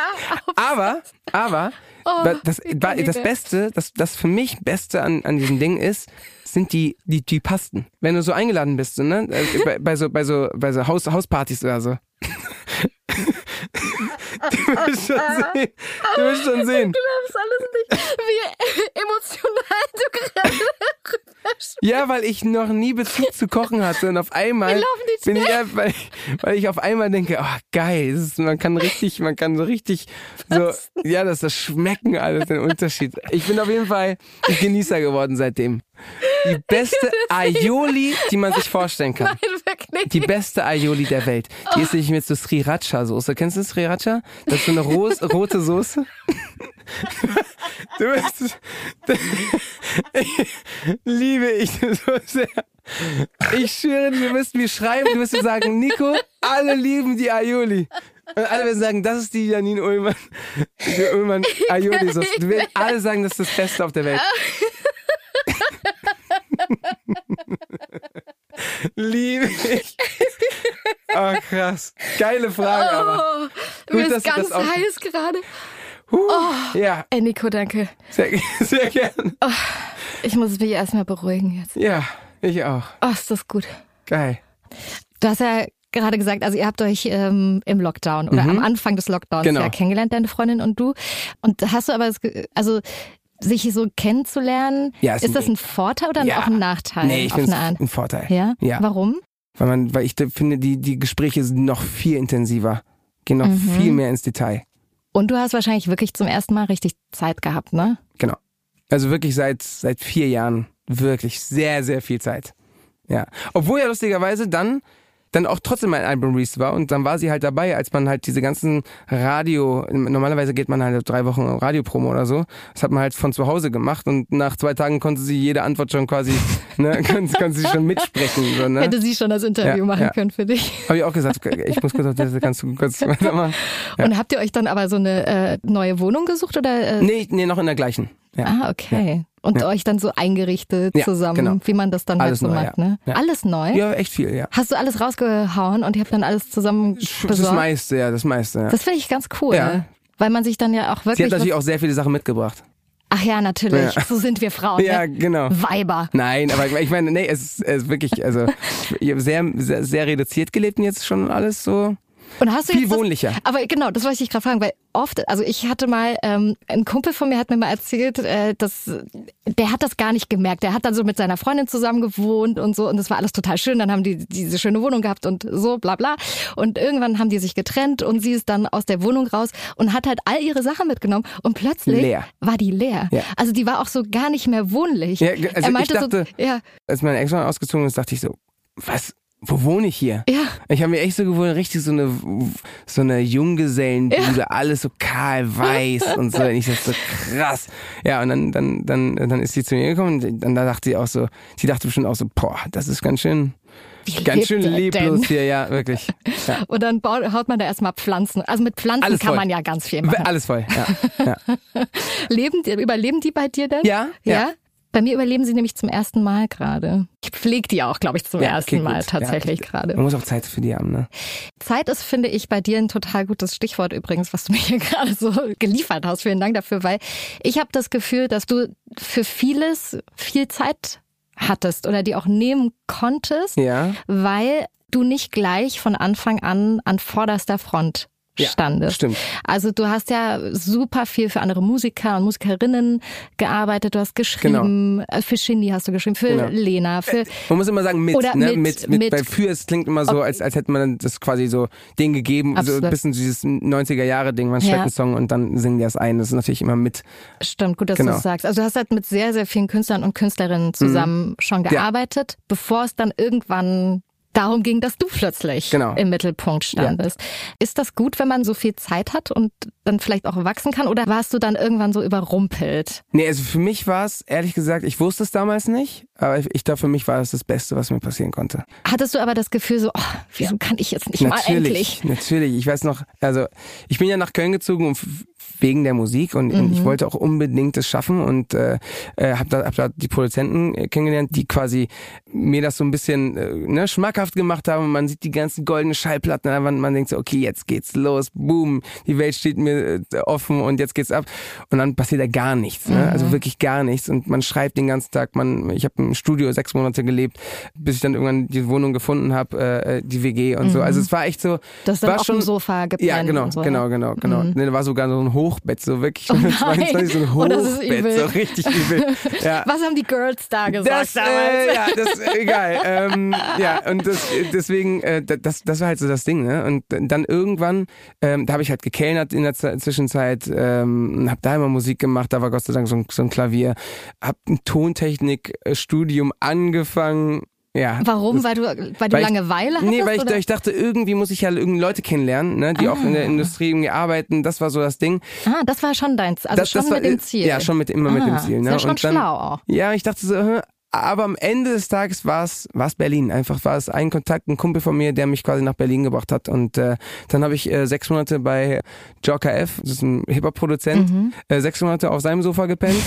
Aber, aber,
Oh,
wa- das, wa- das Beste, das, das für mich Beste an, an diesem Ding ist, sind die, die, die Pasten. Wenn du so eingeladen bist, ne, äh, bei, bei so, bei so, bei so Haus, Hauspartys oder so. Du wirst schon sehen. Du wirst schon sehen.
glaubst alles nicht, wie emotional du gerade rüberschwebst.
Ja, weil ich noch nie Bezug zu kochen hatte und auf einmal
laufen die
bin ich, ja, weil, weil ich auf einmal denke, oh geil, das ist, man kann richtig, man kann so richtig so, ja, das, das schmecken alles den Unterschied. Ich bin auf jeden Fall ein Genießer geworden seitdem. Die beste Aioli, die man sich vorstellen kann.
Nein, wirklich.
Die beste Aioli der Welt. Die ist nämlich mit so Sriracha-Soße. Kennst du Sriracha? Das ist so eine ros- rote Soße. Du bist. Liebe ich so sehr. Ich schwöre, du wirst mir schreiben, du wirst mir sagen, Nico, alle lieben die Aioli. Und alle werden sagen, das ist die Janine Ullmann, die Ullmann Aioli-Soße. Du wirst alle sagen, das ist das Beste auf der Welt. Liebe ich. Oh, krass. Geile Frage, aber.
Oh,
Gut,
mir
dass
ist
du
ganz
das auch-
heiß gerade.
Huh. Ja,
Ey, Nico, danke.
sehr, sehr gerne.
Ich muss mich erstmal beruhigen jetzt.
Ja, ich auch.
Oh, ist das gut.
Geil.
Du hast ja gerade gesagt, also ihr habt euch ähm, im Lockdown oder am Anfang des Lockdowns
Mhm. Genau.
ja kennengelernt, deine Freundin und du. Und hast du aber, das, Ge- also sich so kennenzulernen,
Ja, ist
ist,
ein
das
Ding.
ein Vorteil oder
Ja.
auch ein Nachteil
Nee, ich
auf
finde
eine Art?
es ein Vorteil.
Ja?
Ja.
Warum?
Weil, man, weil ich da finde, die, die Gespräche sind noch viel intensiver, gehen noch
Mhm.
viel mehr ins Detail.
Und du hast wahrscheinlich wirklich zum ersten Mal richtig Zeit gehabt, ne?
Genau. Also wirklich seit, seit vier Jahren wirklich sehr, sehr viel Zeit. Ja. Obwohl ja lustigerweise dann dann auch trotzdem ein Album Reese war und dann war sie halt dabei, als man halt diese ganzen Radio, normalerweise geht man halt drei Wochen Radiopromo oder so, das hat man halt von zu Hause gemacht und nach zwei Tagen konnte sie jede Antwort schon quasi, ne, konnte, konnte sie schon mitsprechen. So, ne?
Hätte sie schon das Interview
Ja,
machen
ja.
können für dich.
Habe ich auch gesagt, ich muss kurz auf das, kannst du kurz weitermachen? Ja.
Und habt ihr euch dann aber so eine äh, neue Wohnung gesucht oder? Äh,
Nee, nee, noch in der gleichen. Ja.
Ah, okay. Und euch dann so eingerichtet
Ja,
zusammen,
genau.
wie man das dann
Alles
halt so
neu,
macht,
ja.
ne?
Ja.
Alles neu?
ja, echt viel, ja.
Hast du alles rausgehauen und ihr habt dann alles zusammen besorgt?
Das meiste, ja, das meiste. Ja.
Das finde ich ganz cool.
Ja.
Weil man sich dann ja auch
Sie
wirklich.
hat natürlich auch sehr viele Sachen mitgebracht.
Ach ja, natürlich.
Ja.
So sind wir Frauen.
Ja,
ne?
genau.
Weiber.
Nein, aber ich meine, nee, es ist, es ist wirklich, also ich habe sehr, sehr, sehr reduziert gelebt und jetzt schon alles so.
Und hast du
Viel
jetzt das-
wohnlicher.
Aber genau, das wollte ich gerade fragen, weil oft, also ich hatte mal, ähm, ein Kumpel von mir hat mir mal erzählt, äh, dass der hat das gar nicht gemerkt. Der hat dann so mit seiner Freundin zusammen gewohnt und so und das war alles total schön. Dann haben die diese schöne Wohnung gehabt und so, bla bla. Und irgendwann haben die sich getrennt und sie ist dann aus der Wohnung raus und hat halt all ihre Sachen mitgenommen und plötzlich
Leer.
war die leer.
Ja.
Also die war auch so gar nicht mehr wohnlich.
Ja, also
er
ich
meinte
dachte-
so, ja,
Als mein Ex-Mann ausgezogen ist, dachte ich so, was, wo wohne ich hier?
ja.
Ich habe mir echt so gewöhnt, richtig so eine, so eine Junggesellenbude, alles so kahl weiß und so. Und ich dachte so, krass. Ja, und dann, dann, dann, dann ist sie zu mir gekommen und dann dachte sie auch so, sie dachte bestimmt auch so, boah, das ist ganz schön,
Wie
ganz
lebt
schön
er denn?
leblos hier, ja, wirklich. Ja.
Und dann baut, haut man da erstmal Pflanzen. Also mit Pflanzen
Alles
kann
voll.
man ja ganz viel machen.
Alles voll, ja.
Leben die, überleben die bei dir denn?
Ja,
ja.
ja.
Bei mir überleben sie nämlich zum ersten Mal gerade. Ich pflege die auch, glaube ich, zum
Ja,
ersten
okay,
Mal
gut.
tatsächlich
Ja. Man
gerade.
muss auch Zeit für die haben, ne?
Zeit ist, finde ich, bei dir ein total gutes Stichwort übrigens, was du mir hier gerade so geliefert hast. Vielen Dank dafür, weil ich habe das Gefühl, dass du für vieles viel Zeit hattest oder die auch nehmen konntest,
Ja.
weil du nicht gleich von Anfang an an vorderster Front
Ja,
standest.
stimmt.
Also du hast ja super viel für andere Musiker und Musikerinnen gearbeitet. Du hast geschrieben, äh, für Shindy hast du geschrieben, für
Genau.
Lena, für
Man muss immer sagen mit,
Oder
ne?
mit,
mit, mit,
mit.
Weil für es klingt immer so, als, als hätte man das quasi so denen gegeben, so
Absolut.
ein bisschen dieses 90er-Jahre-Ding, man schreibt
Ja.
einen Song und dann singen die das ein. Das ist natürlich immer mit.
stimmt, gut, dass du
Genau. Mhm.
das sagst. Also du hast halt mit sehr, sehr vielen Künstlern und Künstlerinnen zusammen schon gearbeitet, bevor es dann irgendwann darum ging, dass du plötzlich
Genau.
im Mittelpunkt standest. Ist das gut, wenn man so viel Zeit hat und dann vielleicht auch wachsen kann? Oder warst du dann irgendwann so überrumpelt?
Nee, also für mich war es, ehrlich gesagt, ich wusste es damals nicht, aber ich, ich dachte, für mich war das das Beste, was mir passieren konnte.
Hattest du aber das Gefühl so, oh, wieso kann ich jetzt nicht mal
natürlich,
endlich?
natürlich. Ich weiß noch, also ich bin ja nach Köln gezogen um, wegen der Musik und, und ich wollte auch unbedingt das schaffen und äh, äh, habe da, hab da die Produzenten äh, kennengelernt, die quasi mir das so ein bisschen äh, ne, schmackhaft gemacht haben. Und man sieht die ganzen goldenen Schallplatten, an der Wand. man denkt so, okay, jetzt geht's los, boom, die Welt steht mir äh, offen und jetzt geht's ab. Und dann passiert da gar nichts, ne? also wirklich gar nichts. Und man schreibt den ganzen Tag, man, ich habe im Studio sechs Monate gelebt, bis ich dann irgendwann die Wohnung gefunden habe, äh, die WG und so. Also es war echt so,
Das dann
war
auf
schon
dem Sofa gepennt
Ja, genau,
und so,
genau,
ja.
genau, genau. Nee, da war sogar so ein Hochbett, so wirklich.
Oh nein.
22, so ein
Oh, das ist
Hochbett,
übel.
so richtig übel. Ja.
Was haben die Girls da gesagt
Das,
damals?
äh, ja, das, egal. ähm, ja, und das, deswegen, äh, das, das war halt so das Ding, ne? Und dann irgendwann, ähm, da habe ich halt gekellnert in der Z Zwischenzeit, ähm, habe da immer Musik gemacht, da war Gott sei Dank so ein, so ein Klavier, habe ein Tontechnik-Studium angefangen, ja.
Warum? Weil du, weil du
Weil ich-
Langeweile hattest?
Nee, weil ich,
oder?
ich dachte, irgendwie muss ich ja irgendwie Leute kennenlernen, ne, die auch in der Industrie irgendwie arbeiten. Das war so das Ding.
ah, das war schon deins. Also
das,
schon
das war, äh,
mit dem Ziel.
Ja, schon mit, immer mit dem
Ah,
Ziel.
ist
Ne?
ja schon
Und dann,
schlau auch.
Ja, ich dachte so, hm, aber am Ende des Tages war es war es Berlin. Einfach war es ein Kontakt, ein Kumpel von mir, der mich quasi nach Berlin gebracht hat. Und äh, dann habe ich äh, sechs Monate bei Joker F, das ist ein Hip-Hop-Produzent,
Mhm.
äh, sechs Monate auf seinem Sofa gepennt.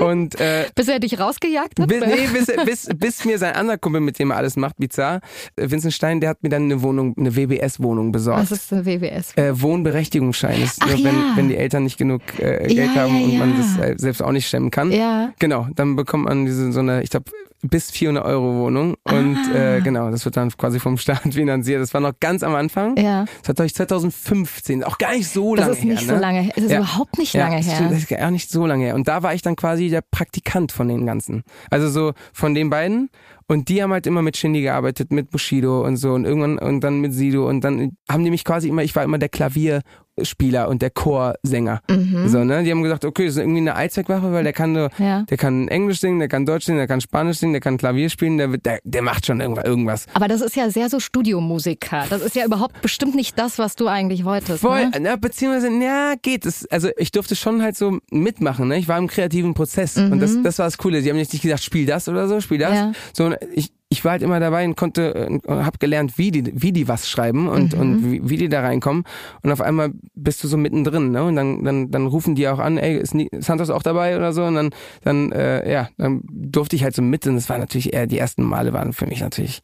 Und äh,
Bis er dich rausgejagt hat?
bis, nee, bis, bis, bis mir sein anderer Kumpel, mit dem er alles macht, bizarr, äh, Vincent Stein, der hat mir dann eine Wohnung, eine WBS-Wohnung besorgt.
Was ist ein WBS?
Äh, Wohnberechtigungsschein ist,
Ach
nur wenn,
ja.
wenn die Eltern nicht genug äh, Geld
Ja,
haben
ja,
und man
ja.
das äh, selbst auch nicht stemmen kann.
Ja.
Genau, dann bekommt man diese so eine, ich glaube, bis 400 Euro Wohnung und
Ah.
äh, genau, das wird dann quasi vom Staat finanziert. Das war noch ganz am Anfang.
Ja.
Das war glaub ich 2015, auch gar nicht so
Das
lange
ist nicht
her.
so
ne?
lange her. Es ist überhaupt nicht lange
das
her.
stimmt, Das ist auch nicht so lange her. Und da war ich dann quasi der Praktikant von den ganzen. Also so von den beiden. Und die haben halt immer mit Shindy gearbeitet, mit Bushido und so und irgendwann und dann mit Sido und dann haben die mich quasi immer, ich war immer der Klavier Spieler und der Chorsänger.
Mhm.
So, ne? Die haben gesagt, okay, das ist irgendwie eine Allzweckwaffe, weil der kann so,
Ja.
der kann Englisch singen, der kann Deutsch singen, der kann Spanisch singen, der kann Klavier spielen, der, wird- der, der macht schon irgendwa- irgendwas.
Aber das ist ja sehr so Studiomusiker. Das ist ja überhaupt bestimmt nicht das, was du eigentlich wolltest.
Voll,
Ne?
na, beziehungsweise, na, geht es. Also ich durfte schon halt so mitmachen, ne? Ich war im kreativen Prozess und das, das war das Coole. Die haben nicht gesagt, spiel das oder so, spiel das.
Mhm. Ja.
Sondern ich, ich war halt immer dabei und konnte, äh, und hab gelernt, wie die, wie die was schreiben und,
Mhm.
und wie, wie die da reinkommen. Und auf einmal bist du so mittendrin, ne? Und dann, dann, dann rufen die auch an, ey, ist Ni- Santos auch dabei oder so? Und dann, dann, äh, ja, dann durfte ich halt so mit und das war natürlich eher, die ersten Male waren für mich natürlich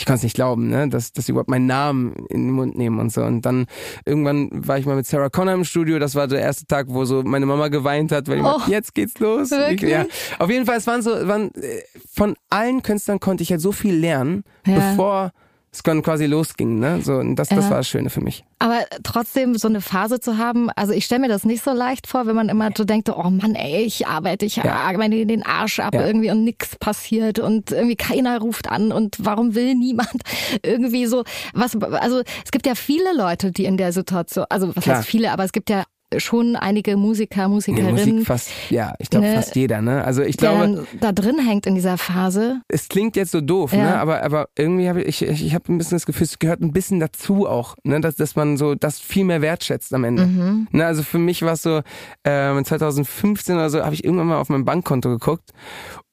ich konnte es nicht glauben, ne, dass, dass sie überhaupt meinen Namen in den Mund nehmen und so. Und dann irgendwann war ich mal mit Sarah Connor im Studio. Das war der erste Tag, wo so meine Mama geweint hat, weil ich
Oh.
meinte, jetzt geht's los.
Wirklich?
Ja. Auf jeden Fall, es waren so, waren, äh, von allen Künstlern konnte ich halt so viel lernen,
Ja.
bevor es dann quasi losging, ne? So, und das, das
Ja.
war das Schöne für mich.
Aber trotzdem so eine Phase zu haben, also ich stelle mir das nicht so leicht vor, wenn man immer so denkt, oh Mann, ey, ich arbeite, ich arbeite den Arsch ab
Ja.
irgendwie und nix passiert und irgendwie keiner ruft an und warum will niemand irgendwie so was, also es gibt ja viele Leute, die in der Situation, also was
Klar.
heißt viele, aber es gibt ja schon einige Musiker,
In der
Musikerinnen,
Musik fast, ja, ich glaube
ne,
fast jeder, ne? Also ich
der
glaube,
dann da drin hängt in dieser Phase.
es klingt jetzt so doof,
Ja.
ne? aber, aber irgendwie habe ich, ich, ich habe ein bisschen das Gefühl, es gehört ein bisschen dazu auch, ne? dass, dass man so das viel mehr wertschätzt am Ende.
Mhm.
Ne? Also für mich war es so, ähm, 2015 oder so habe ich irgendwann mal auf mein Bankkonto geguckt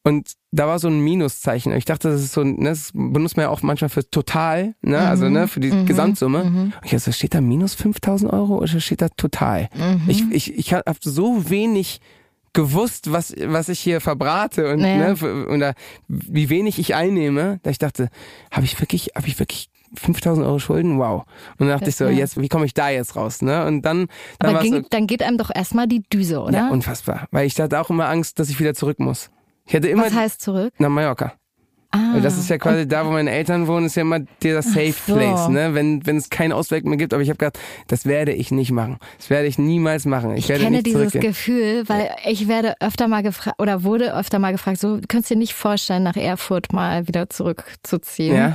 und da war so ein Minuszeichen. Ich dachte, das ist so, ein- ne, das benutzt man ja auch manchmal für total, ne?
Mhm.
also ne, für die Gesamtsumme. Und ich dachte, so, steht da minus 5000 Euro oder steht da total?
Mhm.
Ich, ich, ich habe so wenig gewusst, was, was ich hier verbrate und,
Ja.
ne, f- und da, wie wenig ich einnehme, da ich dachte, habe ich wirklich, habe ich wirklich 5000 Euro Schulden? Wow. Und dann dachte ich so,
Ja.
jetzt, wie komme ich da jetzt raus? Ne? Und dann, dann
Aber
war es
ging,
so,
dann geht einem doch erstmal die Düse, oder?
ja, unfassbar. Weil ich hatte auch immer Angst, dass ich wieder zurück muss. Ich hatte immer
was heißt zurück?
nach Mallorca.
Ah,
Weil das ist ja quasi da, wo meine Eltern wohnen, ist ja immer der Safe Place,
so.
ne? Wenn, wenn es keinen Ausweg mehr gibt. Aber ich habe gedacht, das werde ich nicht machen. Das werde ich niemals machen. Ich,
Ich
werde
kenne
nicht
dieses
zurückgehen.
Gefühl, weil ich werde öfter mal gefragt oder wurde öfter mal gefragt, so du könntest dir nicht vorstellen, nach Erfurt mal wieder zurückzuziehen.
Ja.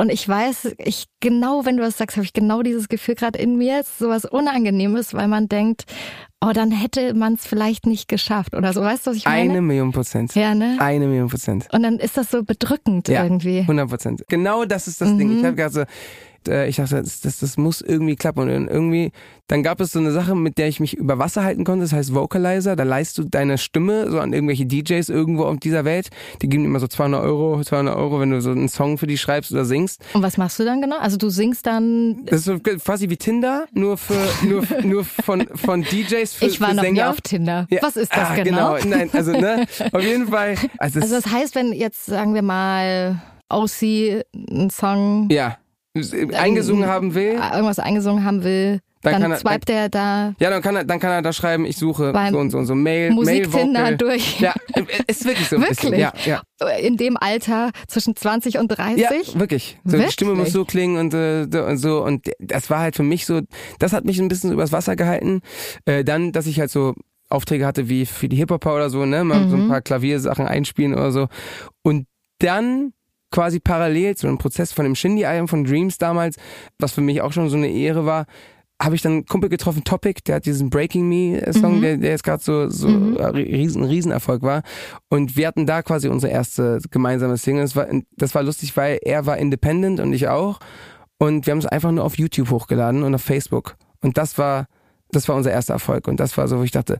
Und ich weiß, ich genau, wenn du das sagst, habe ich genau dieses Gefühl gerade in mir, ist sowas Unangenehmes, weil man denkt, oh, dann hätte man es vielleicht nicht geschafft oder so. Weißt du, was ich meine?
Eine Million Prozent.
ja, ne?
Eine Million Prozent.
Und dann ist das so bedrückend irgendwie. Mhm.
100 Prozent. Genau das ist das Ding. Ich habe gerade so, äh, ich dachte, das, das, das muss irgendwie klappen. Und irgendwie, dann gab es so eine Sache, mit der ich mich über Wasser halten konnte. Das heißt Vocalizer. Da leihst du deine Stimme so an irgendwelche DJs irgendwo auf dieser Welt. Die geben dir immer so 200 Euro, 200 Euro, wenn du so einen Song für die schreibst oder singst.
Und was machst du dann genau? Also du singst dann.
Das ist so quasi wie Tinder, nur für, nur, nur von, von DJs für,
ich war
für
noch
Sänger.
nie auf Tinder.
Ja.
Was ist das
ah,
genau?
Nein, also ne, auf jeden Fall. Also,
Also
es,
das heißt, wenn jetzt, sagen wir mal, Aussie einen Song,
ja, äh,
Ähm,
eingesungen haben will.
irgendwas eingesungen haben will,
Dann
dann,
kann er-
swipet er da
Ja, dann kann er, dann kann er da schreiben, ich suche
Beim
so und so und so Mail, Mail
Musik-Tinder
Vocal.
durch.
Ja, ist wirklich so. ein bisschen.
Wirklich?
Ja, ja.
in dem Alter zwischen 20 und 30.
Ja, wirklich. So, Die
Wirklich?
Stimme muss so klingen und, äh, so und so. Und das war halt für mich so, das hat mich ein bisschen so übers Wasser gehalten. Äh, dann, dass ich halt so Aufträge hatte wie für die Hip-Hopper oder so, ne? Mal so
Mhm.
ein paar Klaviersachen einspielen oder so. Und dann quasi parallel zu dem Prozess von dem Shindy-Album von Dreams damals, was für mich auch schon so eine Ehre war, habe ich dann einen Kumpel getroffen, Topic, der hat diesen Breaking
Mhm.
Me-Song, der, der jetzt gerade so, so ein riesen, Riesenerfolg war. Und wir hatten da quasi unsere erste gemeinsame Single. Das war, das war lustig, weil er war independent und ich auch. Und wir haben es einfach nur auf YouTube hochgeladen und auf Facebook. Und das war, das war unser erster Erfolg. Und das war so, wo ich dachte,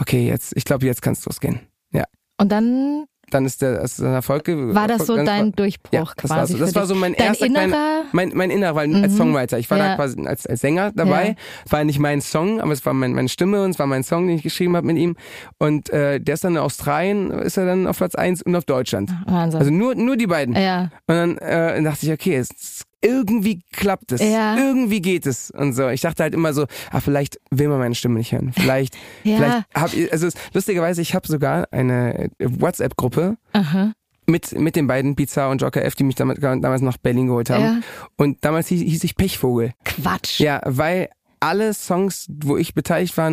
okay, jetzt, ich glaube, jetzt kannst losgehen. Ja.
Und dann
Dann ist der, ist ein Erfolg gewesen.
war das so
Dann-
dein Durchbruch
ja, das
quasi.
war so, das
für
war
dich.
so mein
dein
erster kleiner-
innerer, Mhm.
mein, mein Innerer, weil als Songwriter. Ich war da
Ja.
quasi als, als Sänger dabei.
Ja.
Es war nicht mein Song, aber es war mein, meine Stimme und es war mein Song, den ich geschrieben habe mit ihm. Und äh, der ist dann in Australien, ist er dann auf Platz eins und auf Deutschland.
Wahnsinn.
Also nur, nur die beiden.
Ah. ja.
Und dann äh, dachte ich, okay, es, irgendwie klappt es.
Ja.
Irgendwie geht es. Und so. Ich dachte halt immer so, ah, vielleicht will man meine Stimme nicht hören. Vielleicht,
Ja.
vielleicht hab ich, also es- lustigerweise, ich habe sogar eine WhatsApp-Gruppe
Aha.
mit, mit den beiden Pizza und Joker F, die mich damit, damals nach Berlin geholt haben.
Ja.
Und damals hieß, hieß ich Pechvogel.
Quatsch.
Ja, weil alle Songs, wo ich beteiligt war,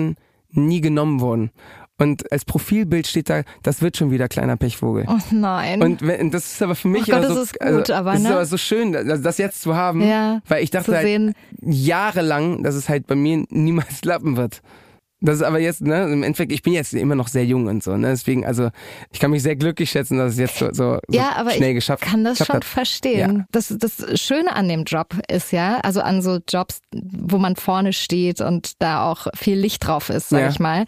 nie genommen wurden. Und als Profilbild steht da, das wird schon wieder kleiner Pechvogel.
Oh nein.
Und wenn, das ist aber für mich
Oh Gott,
immer so,
das ist gut,
also,
aber,
es ist
ne?
aber so schön, das, das jetzt zu haben,
Ja,
weil ich dachte
zu
halt
sehen.
jahrelang, dass es halt bei mir niemals klappen wird. Das ist aber jetzt, ne, im Endeffekt, ich bin jetzt immer noch sehr jung und so, ne, deswegen, also ich kann mich sehr glücklich schätzen, dass es jetzt so, so, so
ja, aber
schnell
ich
geschafft
kann das
geklappt
schon
hat.
verstehen. Das, das Schöne an dem Job ist ja, also an so Jobs, wo man vorne steht und da auch viel Licht drauf ist, sag
Ja.
ich mal,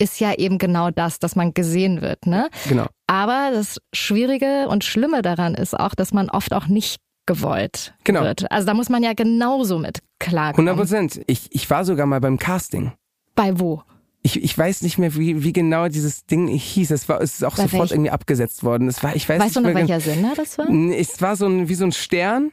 ist ja eben genau das, dass man gesehen wird. Ne?
Genau.
Aber das Schwierige und Schlimme daran ist auch, dass man oft auch nicht gewollt
Genau.
wird. Also da muss man ja genauso mit
100
klarkommen.
Prozent. Ich, ich war sogar mal beim Casting.
Bei wo?
Ich, ich weiß nicht mehr, wie, wie genau dieses Ding hieß. Es war es ist auch
Bei
sofort
welchem?
irgendwie abgesetzt worden. Es war, ich weiß
weißt du
nicht
noch,
mehr gen-
welcher Sender das war?
Nee, Es war so ein, wie so ein Stern.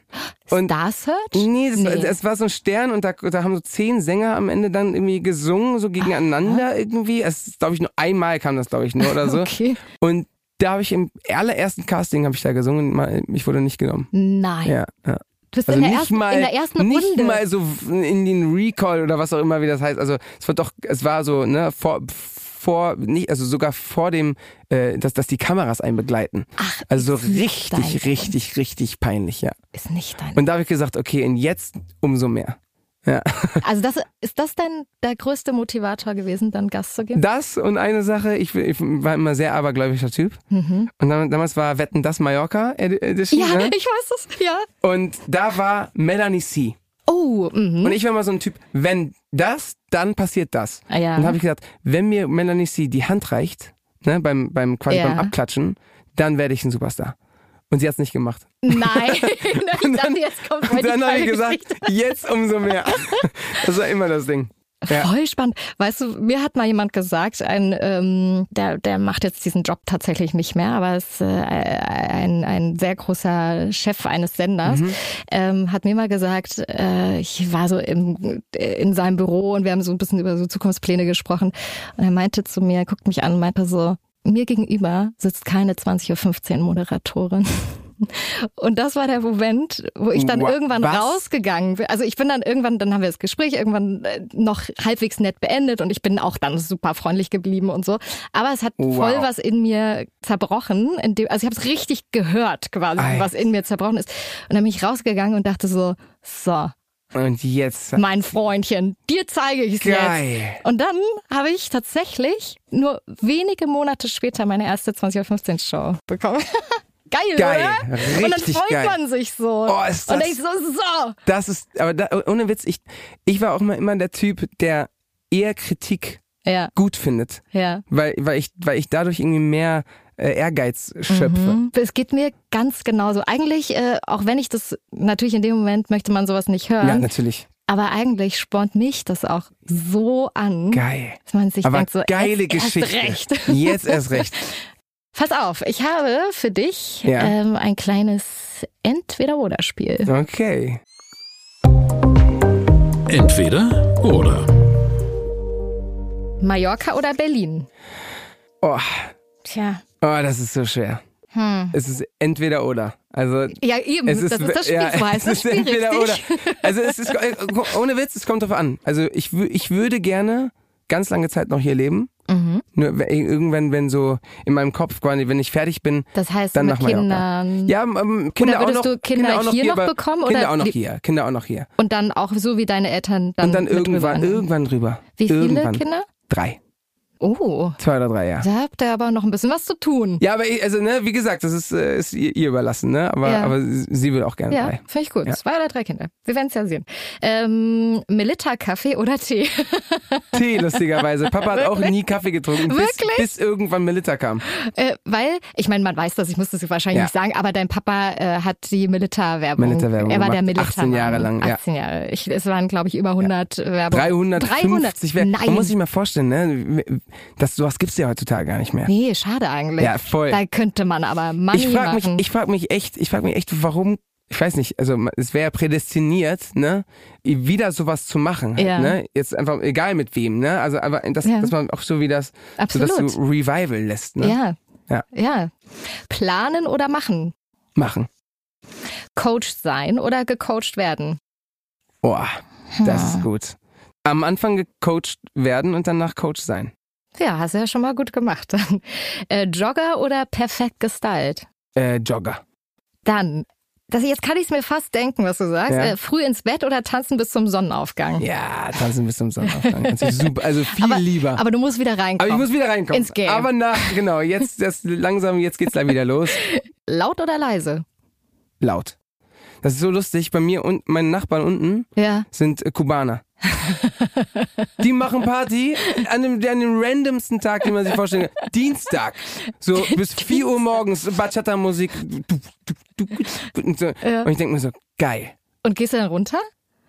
Und
Star Search?
nee, das,
Nee.
es war so ein Stern und da, da haben so zehn Sänger am Ende dann irgendwie gesungen, so gegeneinander irgendwie. Es ist, glaube ich, nur einmal kam das, glaube ich, nur oder so.
Okay.
Und da habe ich im allerersten Casting habe ich da gesungen, mal- ich wurde nicht genommen.
Nein.
Ja, ja.
Du bist
Also
in, der
nicht
ersten,
mal,
in der ersten
nicht
Runde.
mal so in den Recall oder was auch immer, wie das heißt. Also es war doch, es war so, ne, vor, vor nicht, also sogar vor dem, äh, dass, dass die Kameras einen begleiten. Ach, also so
nicht dein
richtig,
Ernst.
richtig, richtig peinlich, ja.
ist nicht dein.
Und da habe ich gesagt, okay, und jetzt umso mehr. Ja.
Also das, ist das dein der größte Motivator gewesen, dann Gast zu geben?
Das und eine Sache, ich, ich war immer sehr abergläubischer Typ. Und dann, damals war Wetten das Mallorca Edi- Edition.
Mhm. ja,
ne?
ich weiß das. Ja.
Und da war Melanie C.
Oh, mhm.
Und ich war mal so ein Typ, wenn das, dann passiert das.
Ah, ja.
Und habe ich gedacht, wenn mir Melanie C. die Hand reicht, ne, beim, beim, quasi
Ja.
beim Abklatschen, dann werde ich ein Superstar. Und sie hat es nicht gemacht.
Nein. ich dachte, jetzt kommt
Und
heute
dann habe ich
die kleine
gesagt,
Geschichte.
jetzt umso mehr. Das war immer das Ding. Ja.
Voll spannend. Weißt du, mir hat mal jemand gesagt, ein, ähm, der, der macht jetzt diesen Job tatsächlich nicht mehr, aber ist äh, ein, ein sehr großer Chef eines Senders,
Mhm.
ähm, hat mir mal gesagt, äh, ich war so im, in seinem Büro und wir haben so ein bisschen über so Zukunftspläne gesprochen und er meinte zu mir, guckt mich an und meinte so, mir gegenüber sitzt keine 20.15 Uhr Moderatorin. Und das war der Moment, wo ich dann
Wa-
irgendwann
was?
raus gegangen bin. Also ich bin dann irgendwann, dann haben wir das Gespräch irgendwann äh, noch halbwegs nett beendet und ich bin auch dann super freundlich geblieben und so. Aber es hat
Oh, Wow.
voll was in mir zerbrochen. In dem, also ich habe es richtig gehört quasi,
Ei.
was in mir zerbrochen ist. Und dann bin ich rausgegangen und dachte so, so,
Und jetzt.
mein Freundchen, dir zeige ich es jetzt.
Geil.
Und dann habe ich tatsächlich nur wenige Monate später meine erste 20.15 Show bekommen. Geil,
Geil.
oder? Und dann
Richtig
freut
geil.
man sich so.
Oh, ist
und
das-
denkt so, so,
Das ist, aber da, ohne Witz, ich, ich war auch mal immer der Typ, der eher Kritik
Ja,
gut findet.
ja.
Weil, weil, ich, weil ich dadurch irgendwie mehr äh, Ehrgeiz schöpfe.
Es geht mir ganz genauso. Eigentlich, äh, auch wenn ich das natürlich in dem Moment möchte man sowas nicht
Ja,
hören,
natürlich.
aber eigentlich spornt mich das auch so an,
Geil.
dass man sich
aber
denkt so
geile
jetzt
Geschichte.
Erst recht.
Jetzt erst recht.
Pass auf, ich habe für dich
Ja.
ähm, ein kleines Entweder-Oder-Spiel.
Okay.
Entweder oder.
Mallorca oder Berlin?
Oh,
Tja.
oh, das ist so schwer.
Hm.
Es ist entweder oder. Also
Ja, eben.
es ist,
Mhm, das ist das Spiel,
ja,
so heißt
es
das
ist
Spiel,
entweder
richtig?
oder. Also es ist äh, ohne Witz, es kommt drauf an. Also ich, wü- ich würde gerne ganz lange Zeit noch hier leben.
Mhm.
Nur wenn- irgendwann, wenn so in meinem Kopf, quasi, wenn ich fertig bin,
Das heißt,
dann
mit
nach Mallorca.
Kindern
Ja, ähm, Kinder auch
würdest
noch,
du Kinder
auch noch
hier
hier
noch
aber-
bekommen
Kinder
oder
auch noch
die-
hier, Kinder auch noch hier.
und dann auch so wie deine Eltern dann,
Und dann
mit
irgendwann,
rüber.
irgendwann rüber.
Wie viele
irgendwann.
Kinder?
Drei.
Oh,
Zwei oder drei, ja.
da habt ihr aber noch ein bisschen was zu tun.
Ja, aber ich, also ne, wie gesagt, das ist, äh, ist ihr ihr überlassen, ne? Aber,
Ja.
aber sie sie will auch gerne
Ja,
drei.
finde ich gut.
Ja.
Zwei oder drei Kinder. Wir werden es ja sehen. Ähm, Melitta, Kaffee oder Tee?
Tee, lustigerweise. Papa hat auch nie Kaffee getrunken, bis,
Wirklich?
bis irgendwann Melitta kam.
äh, weil, ich meine, man weiß das, ich muss das wahrscheinlich
Ja.
nicht sagen, aber dein Papa äh, hat die Melitta-Werbung.
Melitta-Werbung
Er war der
gemacht,
Melitta.
18 Jahre lang, ja.
18 Jahre. Ich, es waren, glaube ich, über 100 Werbungen.
350
300?
Werk. Man
Nein.
muss sich mal vorstellen, ne? Das, sowas gibt's ja heutzutage gar nicht mehr.
nee, schade eigentlich.
Ja, voll.
Da könnte man aber Money
Ich frag mich,
machen.
ich frag mich echt, ich frag mich echt, warum, ich weiß nicht, also es wäre ja prädestiniert, ne, wieder sowas zu machen, halt,
Ja.
ne? Jetzt einfach, egal mit wem, ne? Also aber das,
Ja.
dass man auch so wie das, so dass
Absolut.
du Revival lässt, ne?
ja.
Ja.
ja. Planen oder machen?
Machen.
Coach sein oder gecoacht werden?
Boah, das ist gut. Am Anfang gecoacht werden und danach Coach sein.
Ja, hast du ja schon mal gut gemacht. Dann. Äh, Jogger oder perfekt gestylt?
Äh, Jogger.
Dann, das, jetzt kann ich es mir fast denken, was du sagst.
Ja.
Äh, früh ins Bett oder tanzen bis zum Sonnenaufgang?
Ja, tanzen bis zum Sonnenaufgang. Kannst du super, also viel
aber,
lieber.
Aber du musst wieder reinkommen.
Aber ich muss wieder reinkommen.
Ins Game.
Aber nach, genau, jetzt das langsam, jetzt geht's da wieder los.
Laut oder leise?
Laut. Das ist so lustig. Bei mir und meinen Nachbarn unten
Ja.
sind äh, Kubaner. Die machen Party an dem, an dem randomsten Tag, den man sich vorstellen kann. Dienstag. So bis 4 Uhr morgens, Bachata-Musik. Und, so.
Ja.
und ich denke mir so, geil.
Und gehst du dann runter?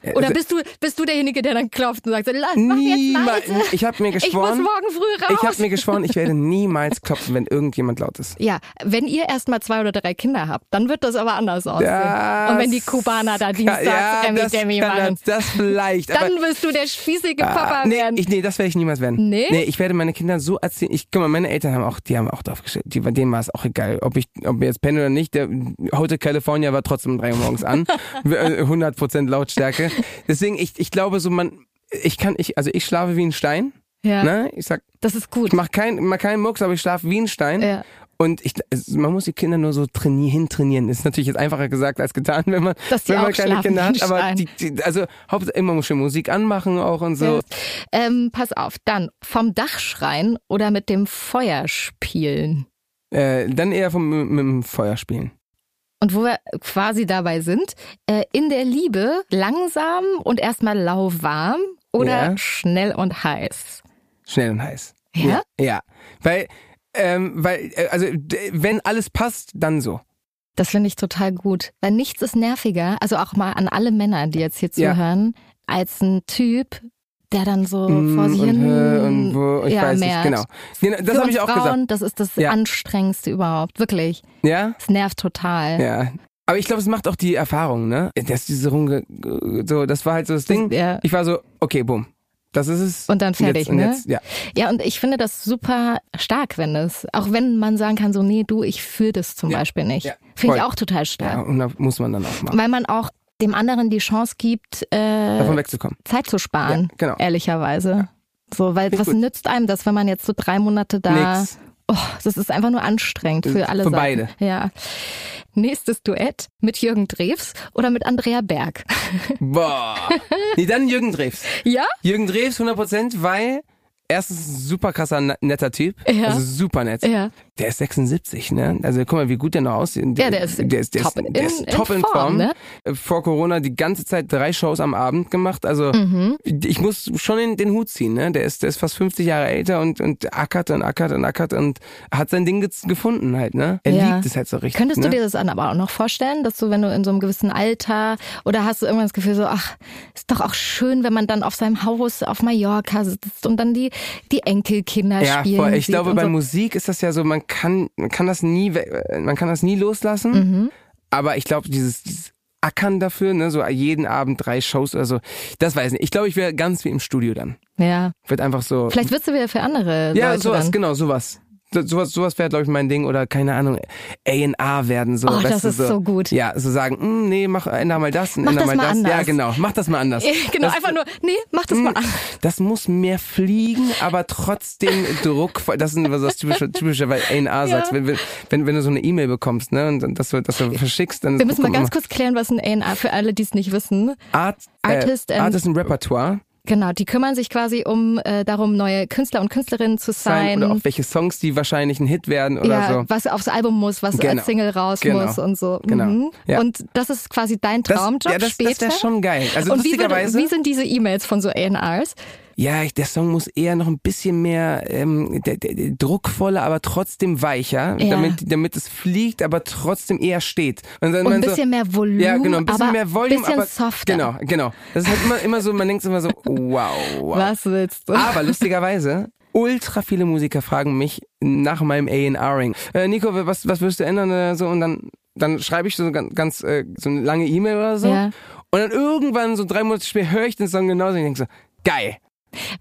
Äh, also
Oder bist du, bist du derjenige, der dann klopft und sagt, "La- mach jetzt
Niemals.
leise.
Ich habe mir
Ich muss
geschworen,
morgen früh raus.
ich habe mir geschworen, ich werde niemals klopfen, wenn irgendjemand laut ist.
ja, wenn ihr erst mal zwei oder drei Kinder habt, dann wird das aber anders aussehen.
Das
und wenn die Kubaner da
kann-
Dienstags
ja,
Remi
das
Demi
kann
machen,
Das, das vielleicht.
dann
aber,
wirst du der spießige Papa
Ah, nee,
werden.
Ich, nee, das werde ich niemals werden.
Nee?
ich werde meine Kinder so erziehen. Ich, guck mal, meine Eltern haben auch, die haben auch drauf gestellt. Die, bei denen war es auch egal, ob ich, ob wir jetzt pennen oder nicht. Der Hotel California war trotzdem um drei Uhr morgens an. Wir- äh, 100% Lautstärke. Deswegen, ich, ich glaube so, man, ich kann, ich, also ich schlafe wie ein Stein.
ja,
Ne? Ich sag,
das ist gut.
ich mach keinen, mach keinen Mucks, aber ich schlafe wie ein Stein.
Ja.
Und ich, also man muss die Kinder nur so trainieren, hintrainieren. Ist natürlich jetzt einfacher gesagt als getan, wenn man,
Dass die
wenn man
auch
kleine
schlafen
Kinder hat. Aber
schreien.
die, die, also Hauptsache immer schön Musik anmachen auch und so.
Ja. Ähm, pass auf, dann vom Dach schreien oder mit dem Feuer spielen.
Äh, dann eher vom, mit dem Feuer spielen.
Und wo wir quasi dabei sind, äh, in der Liebe langsam und erstmal lauwarm oder
Ja.
schnell und heiß.
Schnell und heiß.
Ja?
Ja. ja. Weil, ähm, weil, äh, also d- wenn alles passt, dann so.
Das finde ich total gut, weil nichts ist nerviger, also auch mal an alle Männer, die jetzt hier
Ja.
zuhören, als ein Typ, der dann so
Mm,
vor sich
und,
hin
äh, und wo, ich
ja,
weiß nicht,
merkt.
genau. genau das
Für
habe
uns
ich auch
Frauen,
gesagt.
das ist das
Ja.
anstrengendste überhaupt, wirklich.
Ja?
Es nervt total.
Ja. Aber ich glaube, es macht auch die Erfahrung, ne? Dass diese Runge, so, das war halt so das Ding.
Ja.
Ich war so, okay, bumm. Das ist es.
Und dann fertig,
jetzt, und
ne?
Jetzt, ja.
Ja, und ich finde das super stark, wenn es, auch wenn man sagen kann, so, nee, du, ich fühle das zum
Ja.
Beispiel nicht.
Ja.
Finde ich
Voll.
auch total stark.
ja. Und da muss man dann auch machen.
Weil man auch dem anderen die Chance gibt,
Davon
äh,
wegzukommen.
Zeit zu sparen,
Ja, genau.
ehrlicherweise. So, weil
Finde ich
was
gut.
nützt einem das, wenn man jetzt so drei Monate da.
Nix.
Oh, das ist einfach nur anstrengend für alle
Für
Seiten.
beide.
Ja. Nächstes Duett mit Jürgen Drews oder mit Andrea Berg.
Boah. nee, dann Jürgen Drews.
ja?
Jürgen Drews 100%, weil erstens ein super krasser, ne- netter Typ.
Ja.
Also super nett.
Ja.
Der ist 76, ne? Also guck mal, wie gut der noch aussieht.
Ja, der ist
der ist, der
top
ist,
in-
der ist
in
top in
Form,
Form.
ne?
Äh, Vor Corona die ganze Zeit drei Shows am Abend gemacht. Also
Mhm.
ich muss schon den, den Hut ziehen, ne? Der ist, der ist fast 50 Jahre älter und, und ackert und ackert und ackert und hat sein Ding gez- gefunden halt, ne? Er
Ja.
liebt es halt so richtig.
Könntest
ne?
du dir das dann aber auch noch vorstellen, dass du, wenn du in so einem gewissen Alter oder hast du irgendwann das Gefühl so, ach, ist doch auch schön, wenn man dann auf seinem Haus auf Mallorca sitzt und dann die, die Enkelkinder
ja,
spielen.
voll. Ich
sieht
glaube,
und
bei
so.
Musik ist das ja so, man kann, man kann das nie, we- äh, man kann das nie loslassen.
Mhm.
Aber ich glaube, dieses, dieses Ackern dafür, ne, so jeden Abend drei Shows oder so, das weiß ich nicht. Ich glaube, ich wäre ganz wie im Studio dann.
Ja.
Wird einfach so.
Vielleicht wirst du wieder für andere
ja,
Leute
sowas,
dann.
genau, sowas. So- Sowas, sowas wäre, glaube ich, mein Ding oder keine Ahnung, A&R werden so.
Oh,
weißt
das
du,
ist so gut.
Ja, so sagen, "Hm, nee, mach, änder mal das,
Mach
änder
das
mal
mal
das. Ja,
anders.
genau, mach das mal anders.
Genau,
das, Hm.
einfach nur, nee, mach das mal an.
das muss mehr fliegen, aber trotzdem Druck. Das ist was das typische, typische weil A&R sagt, wenn, wenn, wenn, wenn du so eine E-Mail bekommst, ne, und, und das, du- das du verschickst, dann
Wir müssen mal
kommt
ganz
immer
kurz klären, was ein A&R für alle, die es nicht wissen.
Art, äh,
Artist and-
Artist and Repertoire
Genau, die kümmern sich quasi um äh, darum, neue Künstler und Künstlerinnen zu
sein
sein.
oder auch welche Songs, die wahrscheinlich ein Hit werden oder
ja,
so.
was aufs Album muss, was
Genau.
als Single raus
Genau.
muss und so.
Genau.
Mhm.
Ja.
Und das ist quasi dein
Das-
Traumjob
ja, das- das wär
später.
schon geil. Also
und wie, würde,
lustigerweise-
wie sind diese E-Mails von so A&Rs?
Ja, ich, der Song muss eher noch ein bisschen mehr ähm, der, der, der druckvoller, aber trotzdem weicher,
Ja.
damit, damit es fliegt, aber trotzdem eher steht. Und dann
Und ein
man so-
bisschen mehr Volumen,
Ja, genau, ein bisschen
aber
mehr Volume,
bisschen
aber
softer.
Genau, genau. Das ist halt immer, immer so, man denkt immer so, wow, wow. Ah,
Was willst du?
Aber lustigerweise, ultra viele Musiker fragen mich nach meinem A&R-Ring. Äh, Nico, was, was wirst du ändern? Äh, So, und dann, dann schreibe ich so ganz, ganz äh, so eine lange E-Mail oder so.
Ja.
Und dann irgendwann, so drei Monate später, höre ich den Song genauso und ich denke so, geil.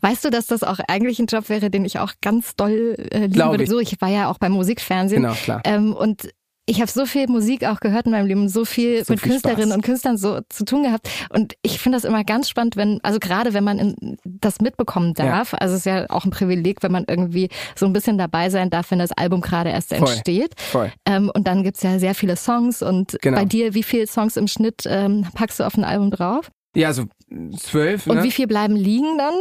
Weißt du, dass das auch eigentlich ein Job wäre, den ich auch ganz doll äh, lieben
Glaub
würde?
ich.
So, ich war ja auch beim Musikfernsehen.
Genau, klar.
Ähm, und ich habe so viel Musik auch gehört in meinem Leben, so viel
So
mit
viel
Künstlerinnen
Spaß.
und Künstlern so zu tun gehabt. Und ich finde das immer ganz spannend, wenn, also gerade wenn man in, das mitbekommen darf, also es ist ja auch ein Privileg, wenn man irgendwie so ein bisschen dabei sein darf, wenn das Album gerade erst
Voll.
entsteht.
Voll.
Ähm, und dann gibt's ja sehr viele Songs und
Genau.
bei dir, wie viele Songs im Schnitt ähm, packst du auf ein Album drauf?
Ja, so zwölf,
Und
ne?
wie viel bleiben liegen dann?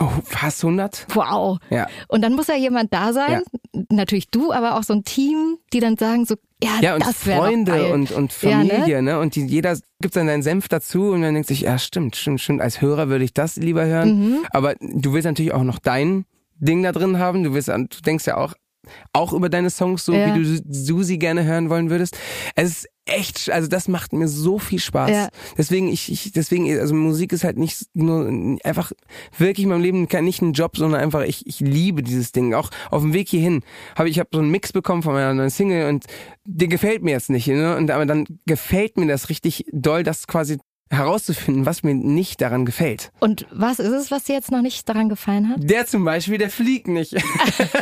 Oh, fast 100?
Wow.
Ja.
Und dann muss ja jemand da sein, natürlich du, aber auch so ein Team, die dann sagen so, ja,
Ja, und
Ah, das wäre
Freunde
geil.
und, und
Ja, ne?
Familie, ne? Und die, jeder gibt dann deinen Senf dazu und dann denkt sich, ja, stimmt, stimmt, stimmt. Als Hörer würde ich das lieber hören.
Mhm.
Aber du willst natürlich auch noch dein Ding da drin haben. Du willst, an- du denkst ja auch, auch über deine Songs, so
Ja.
wie du Su- Susi gerne hören wollen würdest. Es ist echt, sch- also das macht mir so viel Spaß.
Ja.
Deswegen, ich, ich, deswegen, also Musik ist halt nicht nur einfach wirklich in meinem Leben kein- nicht ein Job, sondern einfach, ich, ich liebe dieses Ding. Auch auf dem Weg hierhin habe ich habe so einen Mix bekommen von meiner neuen Single und der gefällt mir jetzt nicht. Ne? Und aber dann gefällt mir das richtig doll, das quasi herauszufinden, was mir nicht daran gefällt.
Und was ist es, was dir jetzt noch nicht daran gefallen hat?
Der zum Beispiel, der fliegt nicht.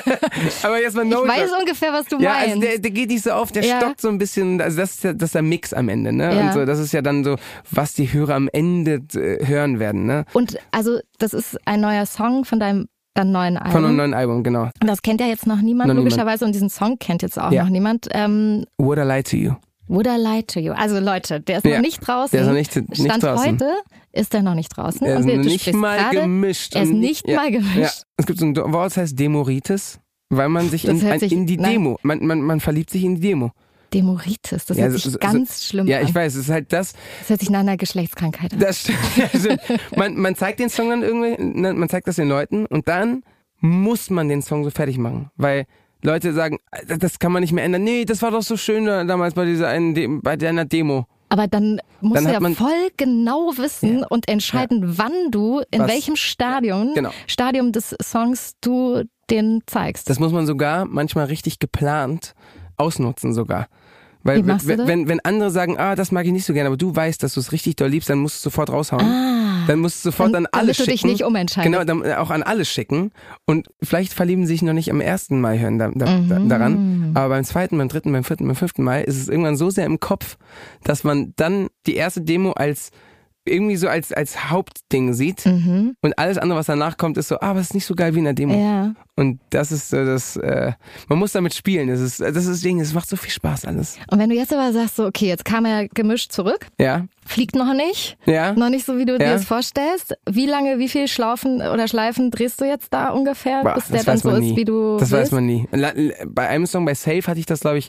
aber jetzt mal no
ich weiß
joke.
ungefähr, was du
Ja,
meinst.
also der, der geht nicht so auf, der
Ja.
stockt so ein bisschen, also das ist, ja, das ist der Mix am Ende, ne?
Ja.
Und so, das ist ja dann so, was die Hörer am Ende äh, hören werden, ne?
und also das ist ein neuer Song von deinem dann neuen Album.
Von einem neuen Album, genau.
Und das kennt ja jetzt noch niemand,
Noch niemand.
logischerweise. Und diesen Song kennt jetzt auch
Ja.
noch niemand. Ähm,
Would I lie to you?
Would I lie to you? Also Leute, der ist
Ja.
noch nicht draußen.
Der ist noch nicht- nicht
Stand
draußen.
heute ist er noch nicht draußen.
Er
Und
ist
wir- du
nicht
sprichst
mal
gerade,
gemischt.
Er ist
Und-
nicht
ja,
mal gemischt.
Ja. Es gibt so ein Wort, das heißt Demoritis, weil man sich
Das
in,
hört
ein,
sich-
in die
nein.
Demo, man, man, man verliebt sich in die Demo.
Demoritis, das hört
so-
sich
so-
ganz schlimm
Ja, ich
an.
weiß, es ist halt das,
Das hört sich nach einer Geschlechtskrankheit an.
Das stimmt. Ja, stimmt. Man, man zeigt den Song dann irgendwie, ne, man zeigt das den Leuten und dann muss man den Song so fertig machen, weil Leute sagen, "Das- das kann man nicht mehr ändern. Nee, das war doch so schön da- damals bei dieser einen, Dem- bei deiner Demo.
Aber dann musst
Dann
du
hat
ja
man-
voll genau wissen und entscheiden, wann du, in
Was-
welchem Stadium,
Genau.
Stadium des Songs du den zeigst.
Das muss man sogar manchmal richtig geplant ausnutzen sogar.
Wie
Weil
machst du
wenn,
das?
wenn, wenn andere sagen, ah, das mag ich nicht so gerne, aber du weißt, dass du es richtig doll liebst, dann musst du es sofort raushauen. Dann musst du sofort
Ah. Dann-
an alle
damit du
schicken.
dich nicht umentscheidest.
Genau, dann auch an alle schicken. Und vielleicht verlieben sie sich noch nicht am ersten Mal hören da, da, da,
Mhm.
daran. Aber beim zweiten, beim dritten, beim vierten, beim fünften Mal ist es irgendwann so sehr im Kopf, dass man dann die erste Demo als irgendwie so als, als Hauptding sieht. Und alles andere, was danach kommt, ist so, ah, aber es ist nicht so geil wie in der Demo.
Mhm. ja.
Und das ist so das, äh, man muss damit spielen. Das ist, das ist deswegen, es macht so viel Spaß alles.
Und wenn du jetzt aber sagst, so, okay, jetzt kam er gemischt zurück,
Ja,
fliegt noch nicht,
ja.
noch nicht so, wie du dir
Ja.
das vorstellst. Wie lange, wie viel Schlaufen oder Schleifen drehst du jetzt da ungefähr,
Boah,
bis der
das
dann
weiß
so
man
ist,
nie.
wie du
Das weiß
willst?
man nie. La- l- Bei einem Song bei Safe hatte ich das, glaube ich,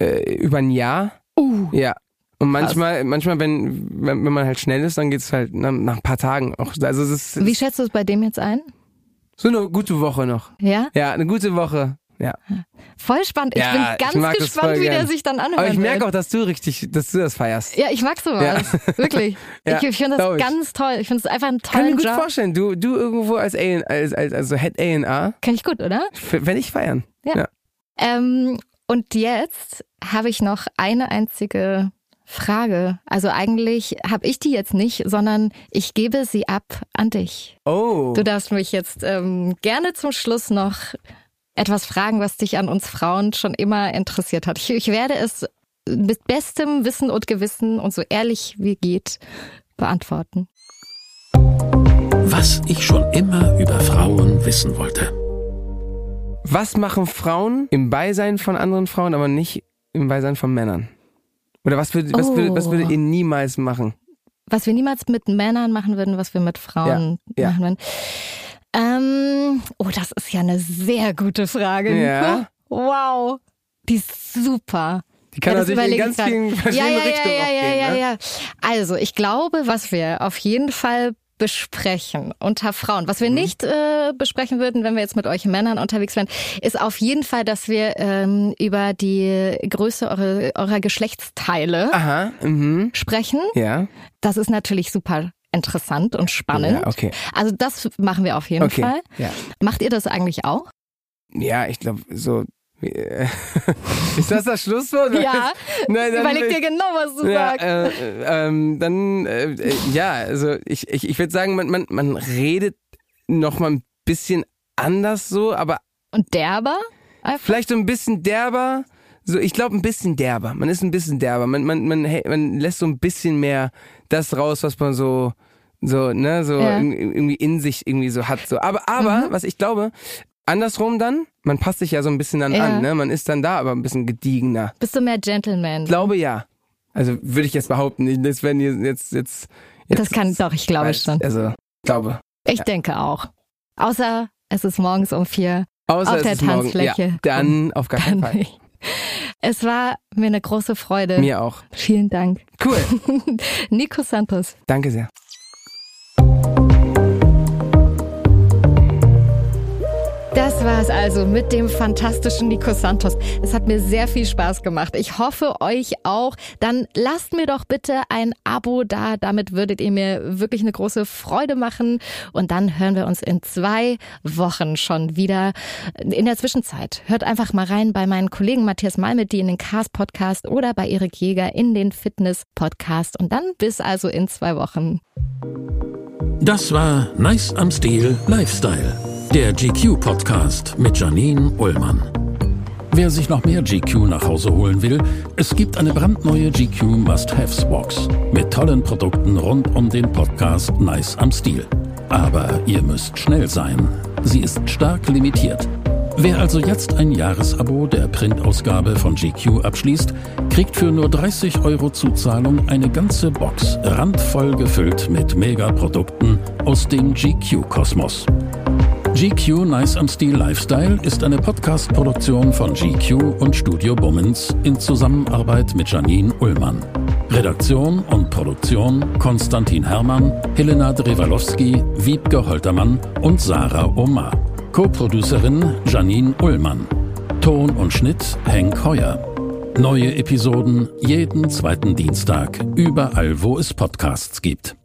äh, über ein Jahr. Uh. Ja. Und manchmal, manchmal, wenn, wenn, wenn man halt schnell ist, dann geht's halt na, nach ein paar Tagen auch. Also es ist
Wie schätzt du es bei dem jetzt ein?
so eine gute Woche noch.
Ja?
Ja, eine gute Woche. Ja.
Voll spannend. Ich
Ja, ich
bin ganz
mag das
gespannt,
voll
wie der
gern.
sich dann anhört.
Aber ich merke
wird.
auch, dass du richtig, dass du das feierst.
Ja, ich mag sowas. Wirklich.
Ja,
ich ich finde das
glaub ich.
ganz toll. Ich finde es einfach einen
Kann mir
tollen
gut
Job.
vorstellen. Du, du irgendwo als, A, als, als also Head A&R,
Kann ich gut, oder?
wenn ich feiern.
Ja. Ähm, und jetzt habe ich noch eine einzige Frage. Also eigentlich habe ich die jetzt nicht, sondern ich gebe sie ab an dich.
Oh.
Du darfst mich jetzt ähm, gerne zum Schluss noch etwas fragen, was dich an uns Frauen schon immer interessiert hat. Ich, ich werde es mit bestem Wissen und Gewissen und so ehrlich wie geht beantworten.
Was ich schon immer über Frauen wissen wollte.
Was machen Frauen im Beisein von anderen Frauen, aber nicht im Beisein von Männern? Oder was, würd, was,
Oh.
würd, was würdet ihr niemals machen?
was wir niemals mit Männern machen würden, was wir mit Frauen
Ja, ja.
machen würden. Ähm, oh, das ist ja eine sehr gute Frage. Nico.
Ja.
Wow. Die ist super.
Die kann
ja, das
natürlich in
überlege
ganz
ich gerade.
vielen
ja,
verschiedenen
ja, ja,
Richtungen
ja,
auch gehen.
ja,
ne?
ja, ja. Also, ich glaube, was wir auf jeden Fall besprechen unter Frauen, was wir
Mhm.
nicht äh, besprechen würden, wenn wir jetzt mit euch Männern unterwegs wären, ist auf jeden Fall, dass wir ähm, über die Größe eure, eurer Geschlechtsteile
Aha, mhm.
sprechen.
Ja.
Das ist natürlich super interessant und spannend.
Ja, okay.
Also das machen wir auf jeden
Okay,
Fall.
ja.
Macht ihr das eigentlich auch?
Ja, ich glaube, so. äh, Ist das das Schlusswort?
Ja.
Nein, dann-
Überleg dir genau, was du
Ja,
sagst.
äh, äh, ähm, dann, äh, äh, ja, also ich, ich, ich würde sagen, man, man, man redet noch mal ein bisschen anders so, aber
Und derber? Einfach?
vielleicht so ein bisschen derber, so, ich glaube, ein bisschen derber. Man ist ein bisschen derber. Man, man, man, hä- man lässt so ein bisschen mehr das raus, was man so, so, ne, so
Ja. Mhm.
in- irgendwie in sich irgendwie so hat. So. Aber, aber, was ich glaube, andersrum dann, man passt sich ja so ein bisschen dann
Ja.
an, ne? Man ist dann da, aber ein bisschen gediegener.
Bist du mehr Gentleman?
Ich glaube ja. Also würde ich jetzt behaupten, das werden hier jetzt, jetzt, jetzt.
das kann doch, ich glaube schon.
Also, ich glaube.
Ich
Ja.
denke auch. Außer es ist morgens um vier.
Außer
Auf
es
der
ist morgen. Ja,
Tanzfläche.
dann auf gar keinen
Dann
Fall.
nicht. Es war mir eine große Freude.
Mir auch.
Vielen Dank.
Cool.
Nico Santos.
Danke sehr.
Das war es also mit dem fantastischen Nico Santos. Es hat mir sehr viel Spaß gemacht. Ich hoffe euch auch. Dann lasst mir doch bitte ein Abo da. Damit würdet ihr mir wirklich eine große Freude machen. Und dann hören wir uns in zwei Wochen schon wieder. In der Zwischenzeit hört einfach mal rein bei meinen Kollegen Matthias Malmet, die in den Cars Podcast oder bei Erik Jäger in den Fitness Podcast. Und dann bis also in zwei Wochen.
Das war Nice am Stil Lifestyle, der GQ-Podcast mit Janine Ullmann. Wer sich noch mehr GQ nach Hause holen will, es gibt eine brandneue GQ Must-Haves-Box mit tollen Produkten rund um den Podcast Nice am Stil. Aber ihr müsst schnell sein. Sie ist stark limitiert. Wer also jetzt ein Jahresabo der Printausgabe von GQ abschließt, kriegt für nur 30 Euro Zuzahlung eine ganze Box randvoll gefüllt mit Megaprodukten aus dem GQ-Kosmos. GQ Nice am Stil Lifestyle ist eine Podcast-Produktion von GQ und Studio Bummens in Zusammenarbeit mit Janine Ullmann. Redaktion und Produktion Konstantin Hermann, Helena Drewalowski, Wiebke Holtermann und Sarah Omar. Co-Producerin Janine Ullmann. Ton und Schnitt Henk Heuer. Neue Episoden jeden zweiten Dienstag, überall wo es Podcasts gibt.